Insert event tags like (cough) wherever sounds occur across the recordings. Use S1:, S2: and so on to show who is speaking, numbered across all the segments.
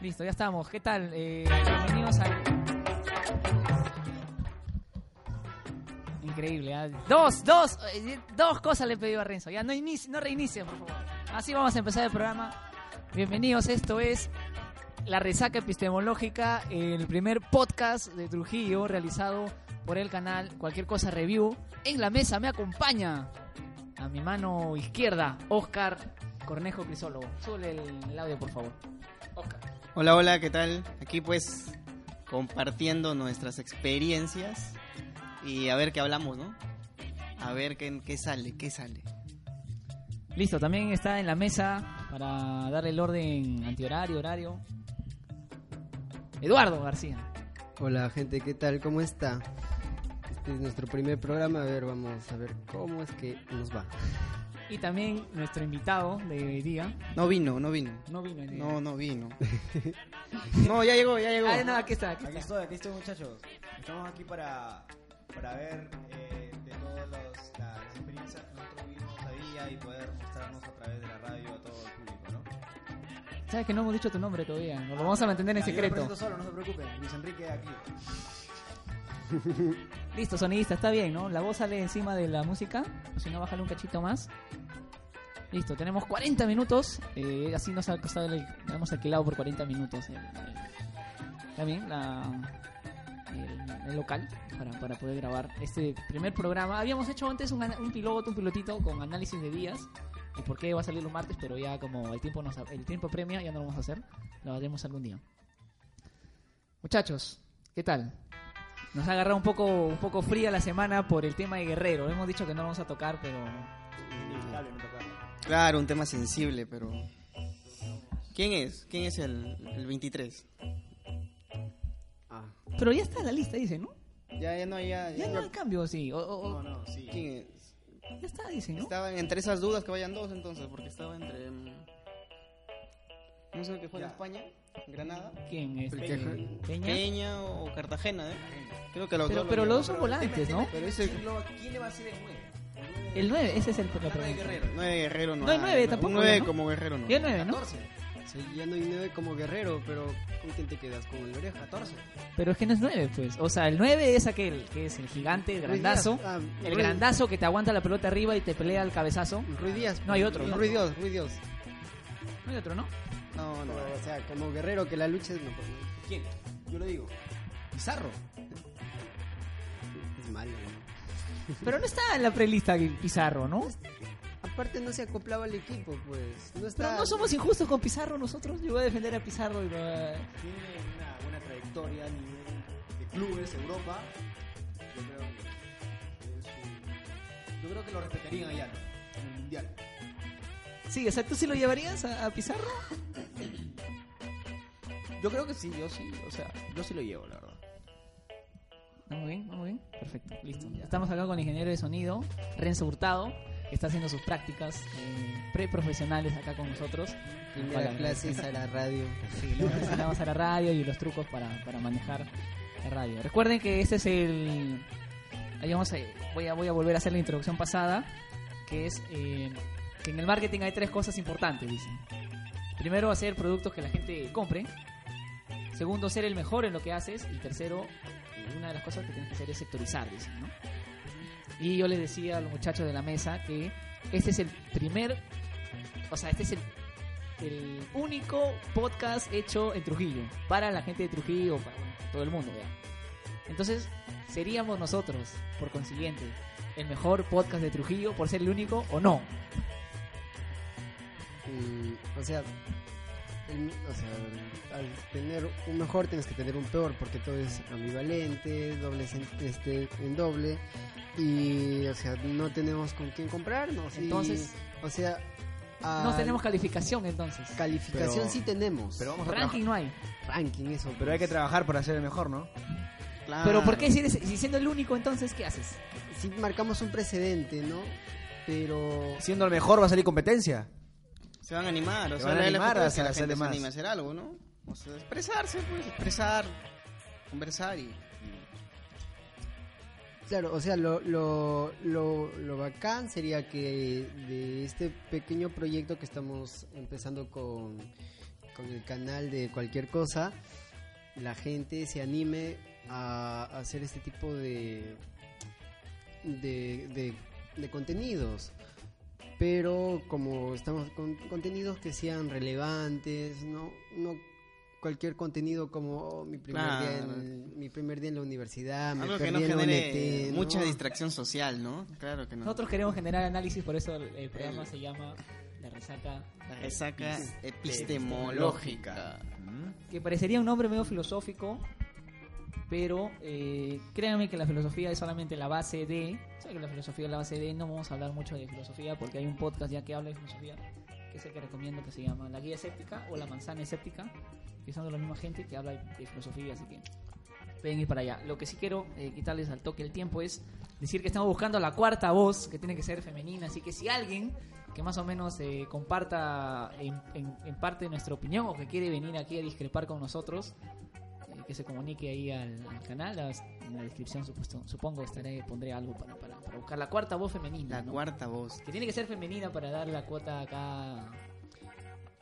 S1: Listo, ya estamos. ¿Qué tal? Eh, bienvenidos al... Increíble, ¿ah? Dos, dos, eh, dos cosas le he pedido a Renzo. Ya, no, inici- no reinicie, por favor. Así vamos a empezar el programa. Bienvenidos, esto es La Resaca Epistemológica, el primer podcast de Trujillo realizado por el canal Cualquier Cosa Review. En la mesa me acompaña a mi mano izquierda, Oscar Cornejo Crisólogo. Sube el audio, por favor. Oscar.
S2: Hola, hola, ¿qué tal? Aquí pues compartiendo nuestras experiencias y a ver qué hablamos, ¿no? A ver qué, qué sale, qué sale.
S1: Listo, también está en la mesa para darle el orden antihorario, horario. Eduardo García.
S3: Hola gente, ¿qué tal? ¿Cómo está? Este es nuestro primer programa, a ver, vamos a ver cómo es que nos va.
S1: Y también nuestro invitado de hoy día.
S2: No vino, no vino.
S1: No vino. el-
S2: No, no
S4: (laughs)
S2: vino. No, ya llegó, ya llegó.
S1: Ah, no, aquí está. Aquí
S4: Aquí
S1: está.
S4: estoy, aquí estoy muchachos. Estamos aquí para, para ver eh, de todas las- las experiencias que nosotros vivimos la vida y poder mostrarnos a través de la radio a todo el público, ¿no?
S1: Sabes que no hemos dicho tu nombre todavía. Nos lo vamos a mantener en
S4: Ya, yo me
S1: secreto.
S4: presento solo, no se preocupen. Luis Enrique aquí.
S1: (laughs) Listo, sonidista, está bien, ¿no? La voz sale encima de la música. o Si no, bájale un cachito más. Listo, tenemos 40 minutos. eh, así nos ha costado, el- hemos alquilado por 40 minutos. el- el- también la- el, el local para, para poder grabar este primer programa. Habíamos hecho antes un, ana- un piloto, un pilotito con análisis de días. Y por qué va a salir los martes, pero ya como el tiempo, nos, el tiempo premia, ya no lo vamos a hacer. Lo haremos algún día. Muchachos, ¿qué tal? Nos ha agarrado un poco, un poco fría la semana por el tema de Guerrero. Hemos dicho que no lo vamos a tocar, pero
S4: Inevitable no tocarlo.
S2: Claro, un tema sensible, pero... ¿Quién es? ¿Quién es el, el 23?
S1: pero ya está en la lista, dice, ¿no?
S2: Ya, ya no, ya,
S1: Ya
S2: ya.
S1: no hay cambio, sí. O, o- o-
S4: No, no, sí.
S2: ¿Quién es?
S1: ya está, dice, ¿no?
S2: Estaban entre esas dudas que vayan dos entonces, porque estaba entre... mm, No sé qué juega
S4: Ya.
S2: España, Granada,
S1: ¿Quién es?
S3: Porque-
S1: Eh, Peña.
S2: Peña o Cartagena, ¿eh? Creo que los
S1: Pero,
S2: dos
S1: pero los dos son
S2: llevan.
S1: volantes, ¿no?
S2: Pero ese...
S4: ¿Quién, lo- quién le va a hacer el 9?
S1: El 9, ese es el
S4: La tarde de
S1: problema.
S4: Guerrero.
S2: 9 Guerrero no.
S1: No hay nueve tampoco,
S2: Un nueve
S1: ¿no?
S2: como Guerrero no.
S1: Ya 9, ¿no?
S4: 14.
S3: Sí, ya no hay nueve como guerrero, pero ¿con quién te quedas? ¿Con el oreja?
S4: 14.
S1: Pero es que no es 9, pues. O sea, el 9 es aquel que es el gigante, el grandazo.
S3: Ruiz Díaz. Ah,
S1: El
S3: Ruiz-
S1: grandazo que te aguanta la pelota arriba y te pelea el cabezazo.
S3: Ruiz Díaz.
S1: No hay otro, ¿no?
S3: Ruiz Díaz, Ruiz Díaz.
S1: No hay otro, ¿no?
S2: No, no.
S3: O sea, como guerrero que la lucha es... No, pues, no.
S4: ¿Quién? Yo lo digo.
S1: (laughs)
S4: Pizarro.
S3: es malo. ¿no?
S1: Pero no está en la prelista Pizarro, ¿no?
S3: Aparte no se acoplaba al equipo, pues. No
S1: Pero
S3: está...
S1: no somos injustos con Pizarro nosotros. Yo voy a defender a Pizarro y eh, va-
S4: Tiene una buena trayectoria a nivel de clubes, Europa. Yo creo que, es un- yo creo que lo respetarían allá, ¿no? en el Mundial.
S1: Sí, o sea, ¿tú sí lo llevarías a, a Pizarro?
S4: Yo creo que sí, yo sí, o sea, yo sí lo llevo, la verdad.
S1: Muy bien, muy bien. Perfecto, listo. Estamos acá con el ingeniero de sonido, Renzo Hurtado, que está haciendo sus prácticas eh, preprofesionales acá con nosotros.
S3: Primera clase es a la radio.
S1: Sí, luego nos sentamos a la radio y los trucos para, para manejar la radio. Recuerden que este es el... ahí vamos a- voy, a, voy a volver a hacer la introducción pasada, que es eh, que en el marketing hay tres cosas importantes, dicen. Primero, hacer productos que la gente compre. Segundo, ser el mejor en lo que haces. Y tercero, eh, una de las cosas que tienes que hacer es sectorizar, dicen, ¿no? Y yo les decía a los muchachos de la mesa que este es el primer, o sea, este es el el único podcast hecho en Trujillo, para la gente de Trujillo, para bueno, todo el mundo, ¿verdad? Entonces, seríamos nosotros, por consiguiente, el mejor podcast de Trujillo por ser el único o no.
S3: Y, o sea, el- o sea, el- al tener un mejor tienes que tener un peor porque todo es ambivalente, doble sen- este, en doble y o sea, no tenemos con quién comprarnos. y,
S1: Entonces-
S3: o sea, a-
S1: No tenemos calificación entonces.
S3: calificación,
S4: Pero-
S3: sí tenemos.
S4: Pero vamos a
S1: Ranking no hay.
S3: ranking, eso.
S4: Pero hay que
S3: pues.
S4: trabajar para ser el mejor, ¿no? Ah.
S2: Claro.
S1: Pero ¿por qué si, eres- si siendo el único entonces qué haces?
S3: Sí marcamos un precedente, ¿no? Pero
S4: Siendo el mejor va a salir competencia.
S2: Se van a animar, o
S4: Se
S2: sea,
S4: van a
S2: la- la
S4: animar
S2: gente
S4: a
S2: es que la
S4: hacer
S2: gente se
S4: más.
S2: anime a hacer algo, ¿no? O sea, expresarse, pues, expresar, conversar y...
S3: Claro, o sea, lo, lo, lo, lo bacán sería que de este pequeño proyecto que estamos empezando con, con el canal de cualquier cosa, la gente se anime a hacer este tipo de, de, de, de contenidos. Pero como estamos con contenidos que sean relevantes, no, no cualquier contenido como oh, mi, primer día
S2: Claro.
S3: en, mi primer día en la universidad, me
S2: Algo que
S3: perdí
S2: no
S3: en la
S2: genere
S3: UNT, ¿no?
S2: mucha distracción social, ¿no? Claro que no.
S1: Nosotros queremos generar análisis, por eso el
S4: Eh,
S1: programa se llama La Resaca.
S2: La resaca epistemológica.
S1: Que parecería un nombre medio filosófico, pero eh, créanme que la filosofía es solamente la base de... ¿Saben que la filosofía es la base de? No vamos a hablar mucho de filosofía porque hay un podcast ya que habla de filosofía, que es el que recomiendo que se llama La Guía Escéptica o La Manzana Escéptica, que son de la misma gente que habla de filosofía, así que... Pueden ir para allá. Lo que sí quiero eh, quitarles al toque el tiempo es decir que estamos buscando la cuarta voz, que tiene que ser femenina. Así que si alguien que más o menos eh, comparta en, en- en parte nuestra opinión o que quiere venir aquí a discrepar con nosotros, eh, que se comunique ahí al, al canal. las- en la descripción supuesto- supongo estaré, pondré algo para, para- para buscar la cuarta voz femenina.
S2: La
S1: ¿no?
S2: cuarta voz.
S1: Que tiene que ser femenina para dar la cuota acá.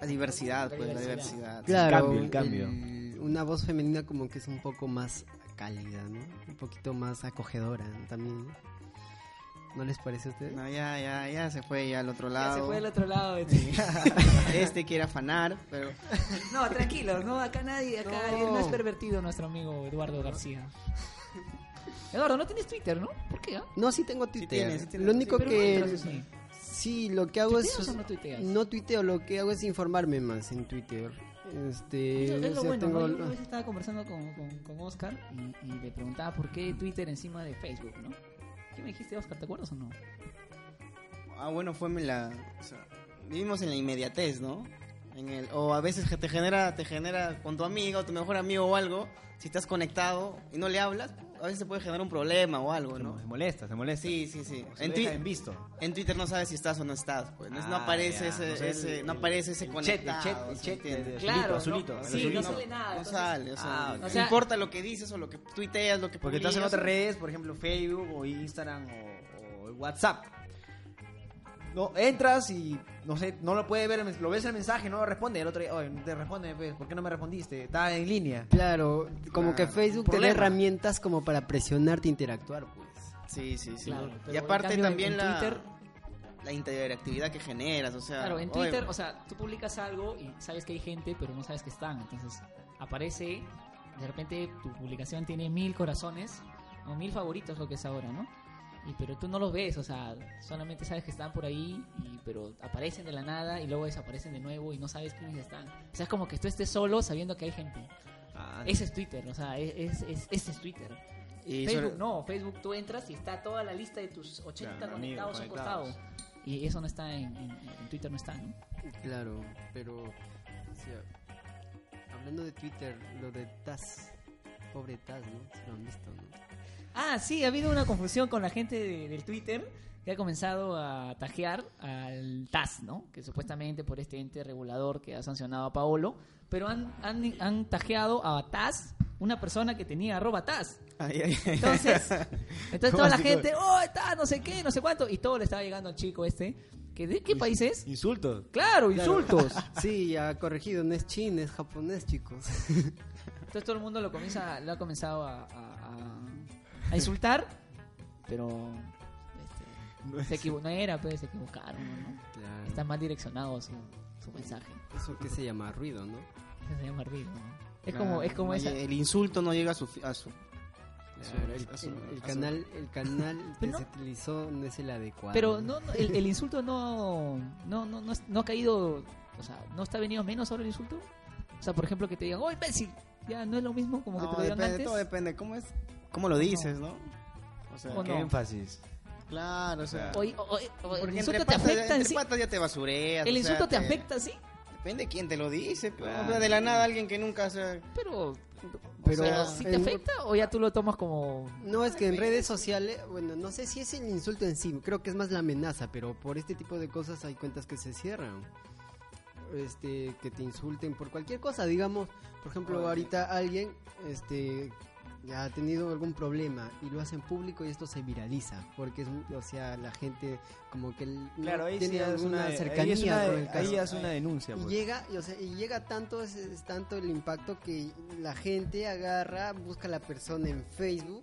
S2: La diversidad,
S1: La
S2: pues, la
S1: diversidad.
S2: diversidad.
S3: Claro,
S4: cambio, el cambio.
S3: el- una voz femenina como que es un poco más cálida, ¿no? Un poquito más acogedora ¿no? también. ¿no? ¿No les parece a ustedes?
S2: No, ya, ya, ya se fue ya al otro
S1: Ya
S2: lado.
S1: se fue
S2: (laughs)
S1: al otro
S3: (laughs)
S1: lado. este.
S2: Este quiere afanar, pero
S1: No, tranquilos, no, acá nadie, acá
S2: No.
S1: él no. es pervertido nuestro amigo Eduardo García. Eduardo, no tienes Twitter, ¿no? ¿Por qué? ah?
S3: No, sí tengo Twitter.
S2: tienes, sí tienes.
S3: Lo único
S1: Pero no
S3: que
S1: entras, ¿o sí?
S3: sí, lo que hago
S1: ¿Tuiteas
S3: es
S1: o no tuiteas?
S3: no tuiteo, lo que hago es informarme más en Twitter. Este,
S1: Eso es
S3: o
S1: lo
S3: sea,
S1: bueno,
S3: tengo-
S1: ¿no? Yo una vez estaba conversando con, con, con Oscar y, y le preguntaba por qué Twitter encima de Facebook, ¿no? ¿Qué me dijiste, Oscar? ¿Te acuerdas o no?
S2: Ah, bueno, fue en la. o sea, vivimos en la inmediatez, ¿no? En el, o a veces que te genera, te genera con tu amigo, tu mejor amigo o algo, si estás conectado y no le hablas, a veces te puede generar un problema o algo, ¿no?
S4: Se molesta, se molesta.
S2: Sí, sí, sí.
S1: Pues
S4: Se
S2: En,
S4: deja
S2: twi-
S4: en visto.
S2: en Twitter no sabes si estás o no estás, pues. No, no
S4: Ah,
S2: aparece
S4: ya.
S2: ese,
S4: No sé,
S2: ese-
S4: el-
S2: no aparece ese
S4: el
S2: conectado.
S4: chat, el chat, el
S2: ¿sí
S4: chat
S2: entiendes?
S4: del-
S1: Claro,
S4: azulito,
S1: no,
S4: el
S1: sí, no
S4: azulito.
S1: sale nada.
S2: No
S1: entonces-
S2: sale, o sea,
S4: Ah,
S2: no
S1: o sea-
S2: importa lo que dices o lo que tuiteas, lo que
S4: Porque estás en
S2: publicas,
S4: otras redes, por ejemplo, Facebook o Instagram o, o WhatsApp. No, entras y no sé, no lo puedes ver, el mens- lo ves el mensaje, no responde. El otro día, oye, no te responde, pues, ¿por qué no me respondiste? Estaba en línea.
S3: Claro, como que
S2: Claro.
S3: Facebook te da
S4: Problema.
S3: herramientas como para presionarte e interactuar, pues.
S2: Sí, sí, sí.
S1: Claro, pero
S2: y
S1: en
S2: aparte
S1: cambio,
S2: también
S1: en
S2: la,
S1: Twitter-
S2: la interactividad que generas, o sea...
S1: Claro, en
S2: oye,
S1: Twitter, o sea, tú publicas algo y sabes que hay gente, pero no sabes que están. Entonces, aparece, de repente tu publicación tiene mil corazones, o mil favoritos, lo que es ahora, ¿no? Y, pero tú no los ves, o sea, solamente sabes que están por ahí, y, pero aparecen de la nada y luego desaparecen de nuevo y no sabes quiénes están. O sea, es como que tú estés solo sabiendo que hay gente.
S2: ah,
S1: Ese es Twitter, o sea, es, es, es- ese es Twitter.
S2: y
S1: Facebook
S2: sobre-
S1: no, Facebook tú entras y está toda la lista de tus 80
S4: Claro, amigos,
S1: conectados a un costado.
S4: conectados.
S1: Y eso no está en, en- en Twitter, no está, ¿no?
S3: Claro, pero o sea, hablando de Twitter, lo de Taz, pobre Taz, ¿no? Si lo han visto, ¿no?
S1: Ah, sí, ha habido una confusión con la gente de- del Twitter que ha comenzado a tajear al TAS, ¿no? Que supuestamente por este ente regulador que ha sancionado a Paolo, pero han, han, han tajeado a TAS, una persona que tenía arroba TAS.
S2: Ay, ay, ay.
S1: Entonces, entonces
S4: ¿Cómo
S1: toda la
S4: así?
S1: gente, oh, TAS, no sé qué, no sé cuánto, y todo le estaba llegando al chico este, que de qué país es.
S4: Insultos.
S1: Claro, insultos.
S3: (laughs) Sí, ya corregido, no es chin, es japonés, chicos.
S1: Entonces todo el mundo lo comienza, lo ha comenzado a, a- a- a insultar, pero este, se equivo- no era, pues se equivocaron, ¿no?
S3: Claro.
S1: Está mal direccionado su, su mensaje.
S3: Eso que se llama ruido, ¿no?
S1: Eso se llama hervir, ¿no? Es
S2: Claro,
S1: como, es como
S2: no
S1: esa.
S2: llega- El insulto no llega a su... fi- A su
S3: Claro, el,
S2: Eso,
S3: el- el
S2: eso.
S3: canal, el canal que
S1: Pero (laughs) no-
S3: se utilizó no es el adecuado.
S1: Pero no, no, el, el insulto no, no, no, no, es- no ha caído, o sea, no está venido menos ahora el insulto. O sea, por ejemplo, que te digan, ¡oh, imbécil! Ya no es lo mismo como que
S2: No,
S1: te lo dieron
S2: depende,
S1: antes.
S2: todo depende. ¿Cómo es? ¿Cómo lo dices, no? O sea,
S1: O
S4: ¿Qué
S1: no.
S4: énfasis?
S2: Claro, o sea.
S1: Oye, oye, oye, el
S2: porque
S1: insulto te
S2: entre patas ya-
S1: afecta en
S2: entre
S1: sí.
S2: patas ya te basureas.
S1: El
S2: o
S1: insulto
S2: sea,
S1: te afecta, sí,
S2: Depende de quién te lo dice. pero,
S4: Claro.
S2: o sea, de la nada alguien que nunca. o sea,
S1: pero.
S3: Pero-
S1: Pero, ¿sí te
S3: en-
S1: afecta o ya tú lo tomas como.
S3: No, es que en redes sociales, bueno, no sé si es el insulto en sí, creo que es más la amenaza, pero por este tipo de cosas hay cuentas que se cierran. Este, que te insulten por cualquier cosa, digamos, por ejemplo, ahorita alguien este ha tenido algún problema y lo hacen público y esto se viraliza, porque es, o sea, la gente como que l- no
S4: Claro, ahí sí
S3: tiene
S4: es
S3: alguna
S4: una- ahí es
S3: cercanía
S4: una-
S3: con el caso.
S4: Ahí es una denuncia.
S3: Y
S4: pues.
S3: llega, y, o sea, y llega tanto, es, es tanto el impacto que la gente agarra, busca a la persona en Facebook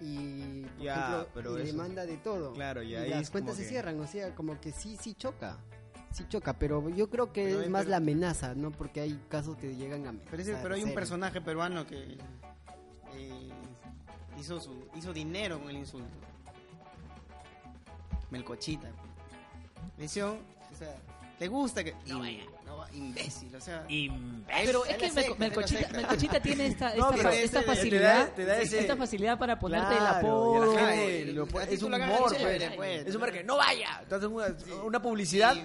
S3: y, por
S4: Ya,
S3: ejemplo,
S4: pero
S3: y le
S4: eso-
S3: manda de todo.
S4: Claro, y
S3: y
S4: ahí
S3: las
S4: es
S3: cuentas se
S4: como que-
S3: cierran, o sea, como que sí, sí choca. Sí choca, pero yo creo que
S2: Pero
S3: es
S2: hay-
S3: más
S2: pero-
S3: la amenaza, ¿no? Porque hay casos que llegan a amenazar.
S2: pero, ese- pero hay un
S3: ser.
S2: personaje peruano que. eh, hizo, su, hizo dinero con el insulto. Melcochita. Visión. O sea, le gusta que. No vaya. imbécil, o sea.
S1: Pero es
S2: Él
S1: que
S2: acepta,
S1: Melco-
S2: él
S1: Melcochita,
S2: acepta.
S1: Melcochita tiene esta, esta,
S4: (laughs) No, pero
S1: fa-
S4: ese-
S1: esta
S4: te da-
S1: facilidad.
S4: te da ese-
S1: Esta facilidad para ponerte el
S4: Claro, y
S1: apodo.
S4: a la gente
S2: Ay,
S4: lo pone-
S2: a ti
S4: es
S2: tú
S4: un
S2: oh, la
S4: humor,
S2: ganas
S4: pues.
S2: chévere, pues.
S4: Es un humor que no vaya. Entonces, una, una publicidad,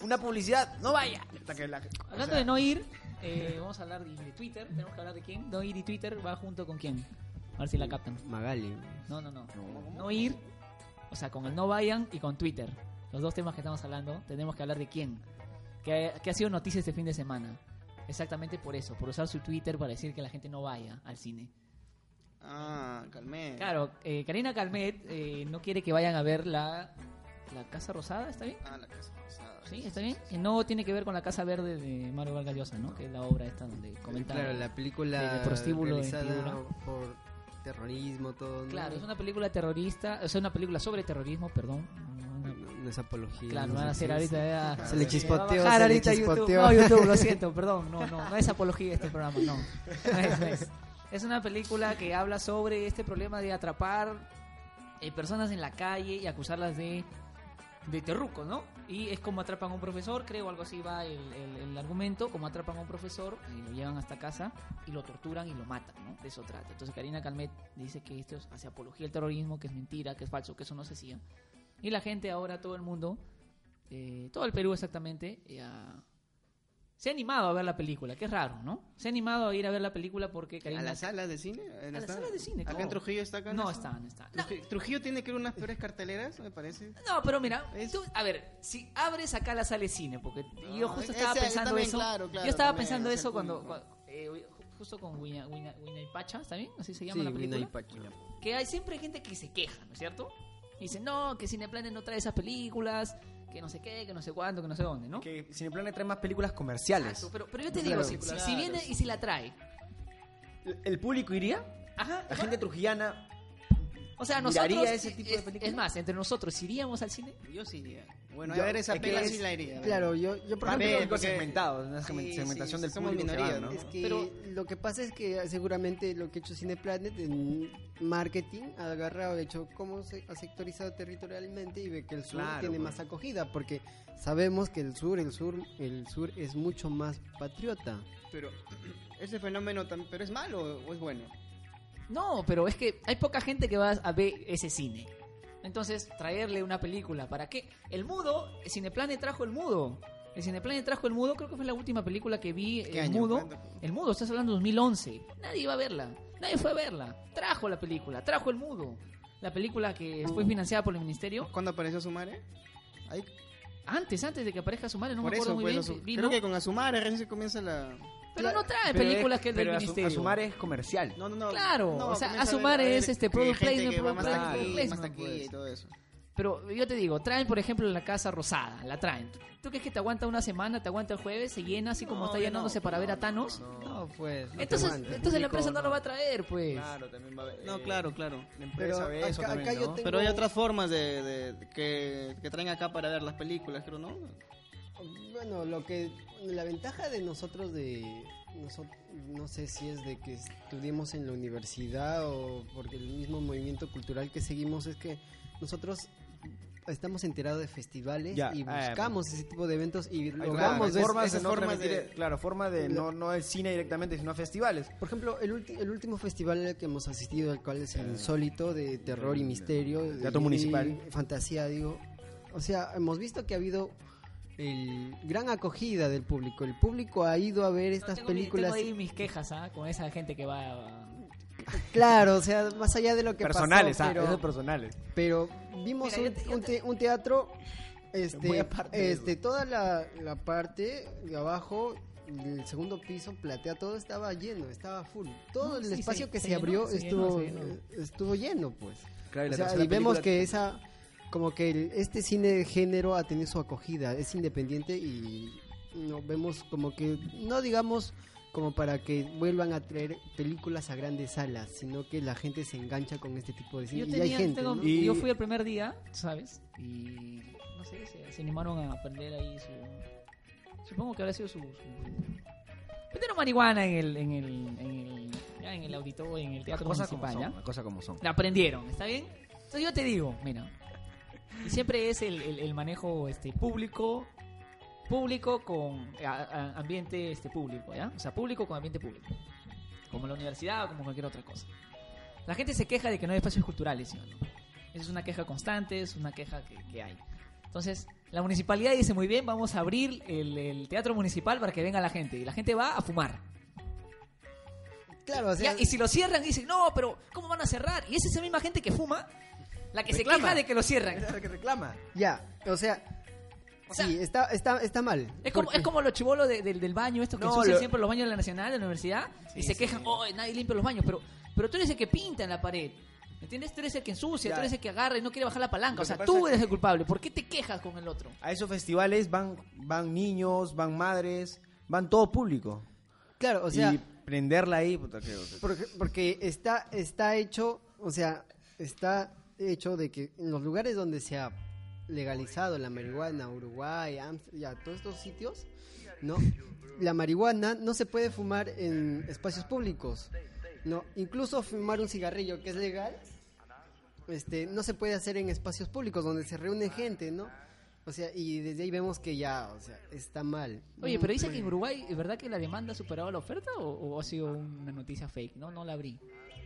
S4: una publicidad, no vaya. Hasta que la-
S1: Hablando de no ir, eh, vamos a hablar de, de Twitter. Tenemos que hablar de quién. No ir y Twitter va junto con quién. A ver si la captan.
S3: Magali.
S1: No, no, no. No ir, o sea, con el no vayan y con Twitter. Los dos temas que estamos hablando, tenemos que hablar de quién. Que, que ha sido noticia este fin de semana. Exactamente por eso, por usar su Twitter para decir que la gente no vaya al cine.
S2: Ah, calmé.
S1: Claro, eh, Karina Calmet eh, no quiere que vayan a ver la, la Casa Rosada, ¿está bien?
S2: Ah, la casa rosada.
S1: Sí, está bien. Que no tiene que ver con la Casa Verde de Mario Vargas Llosa, ¿no? Que es la obra esta donde comentaba.
S3: Claro, la película
S1: de- de prostíbulo, de
S3: realizada
S1: prostíbulo.
S3: por terrorismo, todo. ¿no?
S1: Claro, es una película terrorista, o sea, una película sobre terrorismo, perdón. Una-
S3: No, no es apología.
S1: Claro,
S3: no es
S1: van a hacer
S3: ofensa.
S1: ahorita. ya-
S3: Se le
S1: Va a
S3: chispoteó,
S1: bajar
S3: se le
S1: ahorita YouTube.
S3: chispoteó.
S1: No, YouTube,
S3: (laughs)
S1: lo siento, perdón. No, no, no es apología este programa, no. No es, no es. Es una película que habla sobre este problema de atrapar eh, personas en la calle y acusarlas de, de terruco, ¿no? Y es como atrapan a un profesor, creo, algo así va el, el- el argumento, como atrapan a un profesor y lo llevan hasta casa y lo torturan y lo matan, ¿no? De eso trata. Entonces Karina Calmet dice que esto es- hace apología al terrorismo, que es mentira, que es falso, que eso no se hacía. Y la gente ahora, todo el mundo, eh, todo el Perú exactamente, eh, ha- se ha animado a ver la película, que es raro, ¿no? Se ha animado a ir a ver la película porque Karina...
S2: ¿A las salas de cine?
S1: A las salas de cine,
S2: ¿Acá
S1: claro.
S2: en Trujillo está acá?
S1: No está, no está. No,
S2: Trujillo, Trujillo tiene que ver unas peores carteleras, me parece.
S1: no, pero mira, tú- a ver, si abres acá la sala de cine, porque yo
S2: Ah,
S1: justo
S2: ese-
S1: estaba
S2: ese
S1: pensando
S2: también,
S1: eso.
S2: claro, claro,
S1: yo estaba
S2: también,
S1: pensando
S2: o sea,
S1: eso
S2: el
S1: cuando...
S2: público.
S1: cua- eh, ju- justo con Guiña, Guiña, Guiña y Pacha, ¿está bien? Así se
S3: Sí,
S1: llama la película.
S3: Winnie Pacha.
S1: que hay siempre hay gente que se queja, ¿no es cierto? Y dice, no, que Cineplanet no trae esas películas, que no sé qué, que no sé cuándo, que no sé dónde, ¿no?
S4: Que Cineplanet trae más películas comerciales.
S1: Exacto, pero, pero yo te digo,
S3: Claro.
S1: si, si- si viene y si la trae,
S4: ¿El público iría?
S1: ajá,
S4: La gente trujillana.
S1: o sea,
S4: ¿miraría
S1: nosotros,
S4: ese tipo de
S1: es-
S4: película?
S1: es más, entre nosotros, iríamos al cine,
S2: Yo sí iría. Bueno,
S4: Yo-
S2: a ver, esa
S4: es que
S2: pela
S4: es-
S2: sí la iría. a ver.
S3: Claro, yo, yo por
S4: Más
S3: ejemplo,
S4: público
S2: porque-
S4: segmentado. Una
S2: Sí,
S4: segment-
S2: sí,
S4: segmentación del
S2: somos
S4: público. que va,
S2: minoría,
S4: ¿no?
S2: ¿no?
S3: Es que
S1: Pero-
S3: lo que pasa es que seguramente lo que ha hecho Cineplanet en marketing ha agarrado, de hecho, cómo se ha sectorizado territorialmente y ve que el sur
S4: Claro,
S3: tiene
S4: pues.
S3: más acogida, porque sabemos que el sur, el sur, el sur es mucho más patriota.
S2: Pero ese fenómeno también. ¿Pero es malo o es bueno?
S1: No, pero es que hay poca gente que va a ver ese cine. Entonces, traerle una película, ¿para qué? El mudo, el Cineplanet trajo el mudo. El Cineplanet trajo el mudo, creo que fue la última película que vi, el
S2: año?
S1: mudo.
S2: ¿Cuándo fue?
S1: El mudo, estás hablando de 2011. Nadie iba a verla, nadie fue a verla. Trajo la película, trajo el mudo. La película que fue financiada por el ministerio,
S2: ¿Cuándo apareció Sumare? Ahí,
S1: antes, antes de que aparezca su madre, no
S2: por
S1: me acuerdo
S2: eso,
S1: muy
S2: pues,
S1: bien.
S2: Azu-
S1: vino,
S2: creo que con Asumare recién se comienza la.
S1: pero no trae
S4: Pero es-
S1: películas que es del
S4: pero a su-
S1: ministerio.
S4: A sumar es comercial.
S2: No, no, no.
S1: Claro,
S2: no,
S1: o sea,
S2: comienza a ver-
S1: Asumare
S2: a ver
S1: es este
S2: que
S1: product
S2: gente
S1: placement,
S2: que va más
S1: product
S2: taquilla, más
S1: placement,
S2: taquilla
S1: pues.
S2: y todo eso.
S1: Pero yo te digo, traen, por ejemplo, la casa rosada, la traen. ¿Tú crees que te aguanta una semana, te aguanta el jueves, se llena así como
S2: No,
S1: está
S2: no,
S1: llenándose para
S2: no, pues
S1: ver a
S2: no,
S1: Thanos?
S3: No, pues.
S1: entonces entonces la empresa no, lo va a traer, pues.
S4: Claro, también va a haber- eh,
S2: No, claro, claro.
S4: La
S3: Pero
S4: empresa ve eso
S3: acá-
S4: también,
S3: acá yo
S4: ¿no?
S3: tengo-
S2: Pero hay otras formas de, de- que, que traen acá para ver las películas, creo, ¿no?
S3: Bueno, lo que la ventaja de nosotros de noso- no sé si es de que estudiemos en la universidad o porque el mismo movimiento cultural que seguimos es que nosotros estamos enterados de festivales
S4: Ya,
S3: y
S4: ah, ya,
S3: buscamos ese tipo de eventos y
S4: Claro,
S3: logramos ver.
S4: formas
S2: esas
S4: de no
S2: formas
S4: transmitir-
S2: de-
S4: claro, forma de no, no el cine directamente, sino a festivales.
S3: Por ejemplo, el, ulti- el último festival al que hemos asistido, al cual es el insólito de terror y misterio, de-
S4: Teatro
S3: y-
S4: Municipal.
S3: y fantasía, digo. O sea, hemos visto que ha habido el gran acogida del público. El público ha ido a ver
S1: No,
S3: estas
S1: tengo mi-
S3: películas.
S1: tengo ahí mis quejas ¿ah? con esa gente que va. a-
S3: Claro, o sea, más allá de lo que
S4: Personales,
S3: pasó,
S4: ah,
S3: pero,
S4: esos personales.
S3: pero vimos
S1: Mira, yo
S3: un,
S1: te- yo
S3: un
S1: te-
S3: te- un teatro,
S4: Muy
S3: este,
S4: aparte de
S3: este, toda la, la parte de abajo, el segundo piso, platea, todo estaba lleno, estaba full. Todo
S1: No,
S3: el
S1: sí,
S3: espacio
S1: se-
S3: que
S1: se
S3: se,
S1: llenó,
S3: abrió
S1: se
S3: estuvo,
S1: llenó, se llenó.
S3: eh, estuvo lleno, pues.
S4: Claro,
S3: O sea, y vemos que esa, como que el- este cine de género ha tenido su acogida, es independiente y no vemos como que, no digamos como para que vuelvan a traer películas a grandes salas, sino que la gente se engancha con este tipo de cine.
S1: Yo,
S3: y
S1: tenía-
S3: hay gente,
S1: tengo-
S3: ¿no?
S4: Y-
S1: yo fui el primer día, ¿sabes? Y no sé, se, se animaron a aprender ahí su. Supongo que habrá sido su. su Vendieron marihuana en el, en el, en el, ya en el auditorio, en el teatro
S4: cosas como
S1: municipal,
S4: son,
S1: ¿ya?
S4: las cosas como son.
S1: La aprendieron, ¿está bien? Entonces yo te digo, mira, y siempre es el, el- el manejo este público, público con a- a- ambiente este público, ¿ya? O sea, público con ambiente público, como la universidad o como cualquier otra cosa. La gente se queja de que no hay espacios culturales, ¿sí o no? Esa es una queja constante, es una queja que, que hay. Entonces, la municipalidad dice, muy bien, vamos a abrir el, el teatro municipal para que venga la gente. Y la gente va a fumar.
S3: Claro, o sea,
S1: Ya, y si lo cierran, dicen, no, pero ¿cómo van a cerrar? Y es esa misma gente que fuma la que se
S4: Reclama.
S1: queja de que lo cierran.
S4: Es (laughs) la que reclama.
S3: ya, o sea,
S1: O sea,
S3: sí, está, está, está mal.
S1: Es como,
S3: porque-
S1: es como los chivolos de- del- del baño, estos que
S4: No,
S1: ensucian
S4: lo-
S1: siempre los baños de la Nacional, de la universidad, y se quejan, oh, nadie limpia los baños, pero, pero tú eres el que pinta en la pared. ¿me ¿Entiendes? Tú eres el que ensucia,
S4: Ya.
S1: tú eres el que agarra y no quiere bajar la palanca.
S4: Lo
S1: O sea,
S4: que pasa
S1: tú
S4: es-
S1: eres el culpable. ¿Por qué te quejas con el otro?
S4: A esos festivales van, van niños, van madres, van todo público.
S3: Claro, o sea,
S4: y prenderla ahí, puta, que-
S3: Porque, porque está, está hecho, o sea, está hecho de que en los lugares donde se ha legalizado la marihuana, Uruguay, Amsterdam, todos estos sitios, ¿no? La marihuana no se puede fumar en espacios públicos, ¿no? Incluso fumar un cigarrillo que es legal, este, no se puede hacer en espacios públicos donde se reúne gente, ¿no? O sea, y desde ahí vemos que ya, o sea, está mal.
S1: Oye, pero dice que en Uruguay, ¿es verdad que la demanda ha superado la oferta o, o ha sido una noticia fake? No, no la abrí.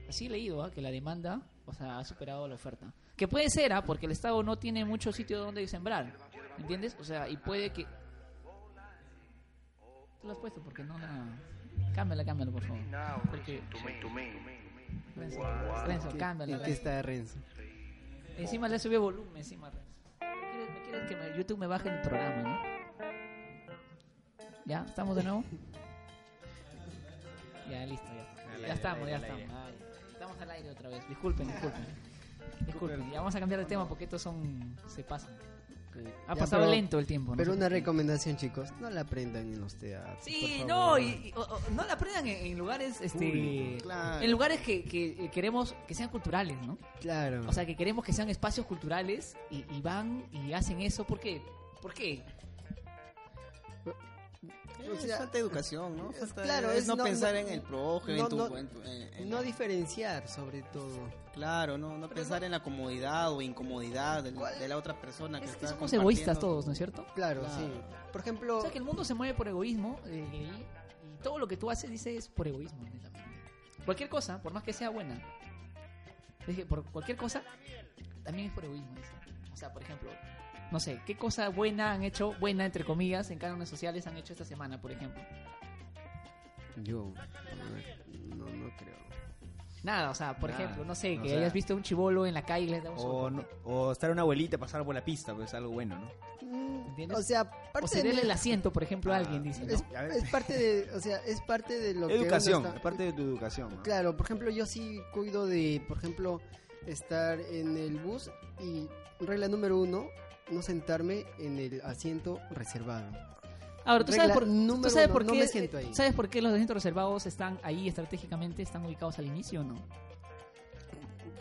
S1: Así he leído, ¿ah? que la demanda, o sea, ha superado la oferta. Que puede ser, ¿ah? porque el Estado no tiene mucho sitio donde sembrar, ¿entiendes? O sea, y puede que... Tú lo has puesto porque no la... Cámbiala, cámbiala, por favor. Porque... Renzo, Renzo, cámbiala.
S3: ¿En qué está Renzo?
S1: Encima le subió volumen, encima. ¿Quieres, me quieres que me- YouTube me baje el programa, ¿no? ¿Ya? ¿Estamos de nuevo? Ya, listo, ya.
S4: Al
S1: Ya
S4: aire,
S1: estamos,
S4: al
S1: ya
S4: aire, al
S1: estamos. Ay, estamos al aire otra vez. Disculpen, disculpen. Disculpen, ya vamos a cambiar de tema porque estos son... se pasan. Ha
S3: Ya,
S1: pasado
S3: pero-
S1: lento el tiempo, ¿no?
S3: Pero
S1: sé
S3: una
S1: por qué.
S3: recomendación, chicos, no la aprendan en los teatros.
S1: Sí,
S3: por
S1: no,
S3: favor.
S1: y, y- o- o- no la aprendan en, en lugares, este...
S2: Públicos, claro.
S1: En lugares que, que eh, queremos que sean culturales, ¿no?
S3: Claro.
S1: O sea, que queremos que sean espacios culturales y, y van y hacen eso. ¿Por qué? ¿Por qué?
S3: o
S2: Es
S3: sea,
S2: falta de educación, ¿no? Falta-
S3: claro,
S2: es,
S3: es
S2: no,
S3: no-
S2: pensar
S3: no-
S2: en el prójimo,
S3: no-
S2: en tu...
S3: no-
S2: en tu- en- en-
S3: no diferenciar, sobre todo.
S2: Claro, no, no pensar en la comodidad o incomodidad del- de,
S3: ¿Cuál?
S2: la otra persona que
S1: Es que
S2: está
S1: somos egoístas
S2: compartiendo.
S1: todos, ¿no es cierto?
S3: Claro,
S2: Claro.
S3: sí. Por ejemplo,
S1: O sea, que el mundo se mueve por egoísmo eh, y, y todo lo que tú haces, dices, es por egoísmo. netamente. Cualquier cosa, por más que sea buena, es que por cualquier cosa, también es por egoísmo. dice. O sea, por ejemplo, no sé, ¿qué cosa buena han hecho, buena entre comillas, en cánones sociales han hecho esta semana, por ejemplo?
S3: yo a ver, no, no creo.
S1: Nada, o sea, por
S4: Nada.
S1: ejemplo, no sé,
S4: O
S1: que
S4: sea-
S1: hayas visto un chivolo en la calle y le da un
S4: o,
S1: solo.
S4: no- o estar una abuelita pasar por la pista, pues es algo bueno, ¿no?
S3: Mm,
S1: ¿Entiendes?
S3: O sea,
S1: O
S3: parte de
S1: cederle el asiento, por ejemplo, a
S4: Ah,
S1: alguien, dice, ¿no?
S3: es,
S4: A ver.
S3: es parte de, o sea, es parte de lo
S4: educación,
S3: que uno está-
S4: aparte de tu educación. ¿no?
S3: Claro, por ejemplo, yo sí cuido de, por ejemplo, estar en el bus y regla número uno, no sentarme en el asiento reservado.
S1: Ahora, ¿tú sabes
S3: Regla
S1: por,
S3: número
S1: tú sabes
S3: uno,
S1: por
S3: no
S1: qué,
S3: me siento ahí.
S1: ¿Sabes por qué los asientos reservados están ahí estratégicamente? ¿Están ubicados al inicio o no?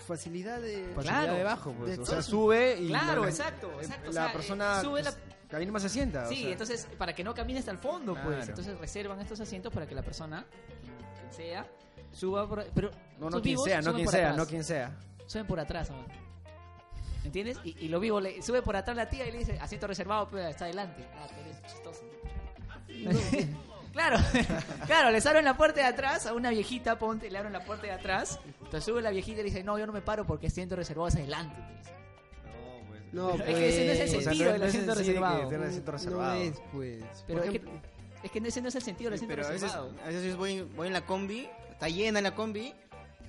S3: Facilidad de...
S4: Pues
S1: Claro.
S4: allá debajo, pues,
S3: De
S4: o sea,
S3: acceso.
S4: sube y
S1: Claro,
S4: la,
S1: exacto,
S4: la-
S1: exacto, o
S4: La
S1: sea,
S4: persona
S1: eh, sube la-
S4: pues, camina más se sienta.
S1: sí,
S4: o sea.
S1: entonces, para que no camine hasta el fondo, pues.
S4: Claro.
S1: Entonces reservan estos asientos para que la persona, quien sea, suba por... Pero
S4: no, no
S1: estos
S4: quien
S1: vivos
S4: sea, no
S1: suben
S4: quien
S1: por
S4: sea,
S1: atrás,
S4: no quien sea.
S1: Suben por atrás, ahora. ¿Entiendes? Y, y lo vivo, le sube por atrás la tía y le dice, asiento reservado, pero está adelante. Ah, pero eres chistoso. claro, (laughs) claro, les abren la puerta de atrás a una viejita, ponte, le abren la puerta de atrás. Entonces sube la viejita y le dice, no, yo no me paro porque asiento reservado es adelante. te dice.
S4: No, pues.
S1: Es
S3: No,
S1: que ese no es el
S3: pues.
S4: O sea,
S1: sentido
S4: no
S1: del
S4: es en
S1: asiento
S4: sí de que
S1: reservado.
S4: tiene el asiento reservado.
S3: No es, pues.
S1: Pero
S3: Por
S1: es que,
S3: ejemplo,
S1: es que ese no es el sentido del asiento
S2: Pero a veces,
S1: reservado.
S2: a veces yo voy, voy en la combi, está llena la combi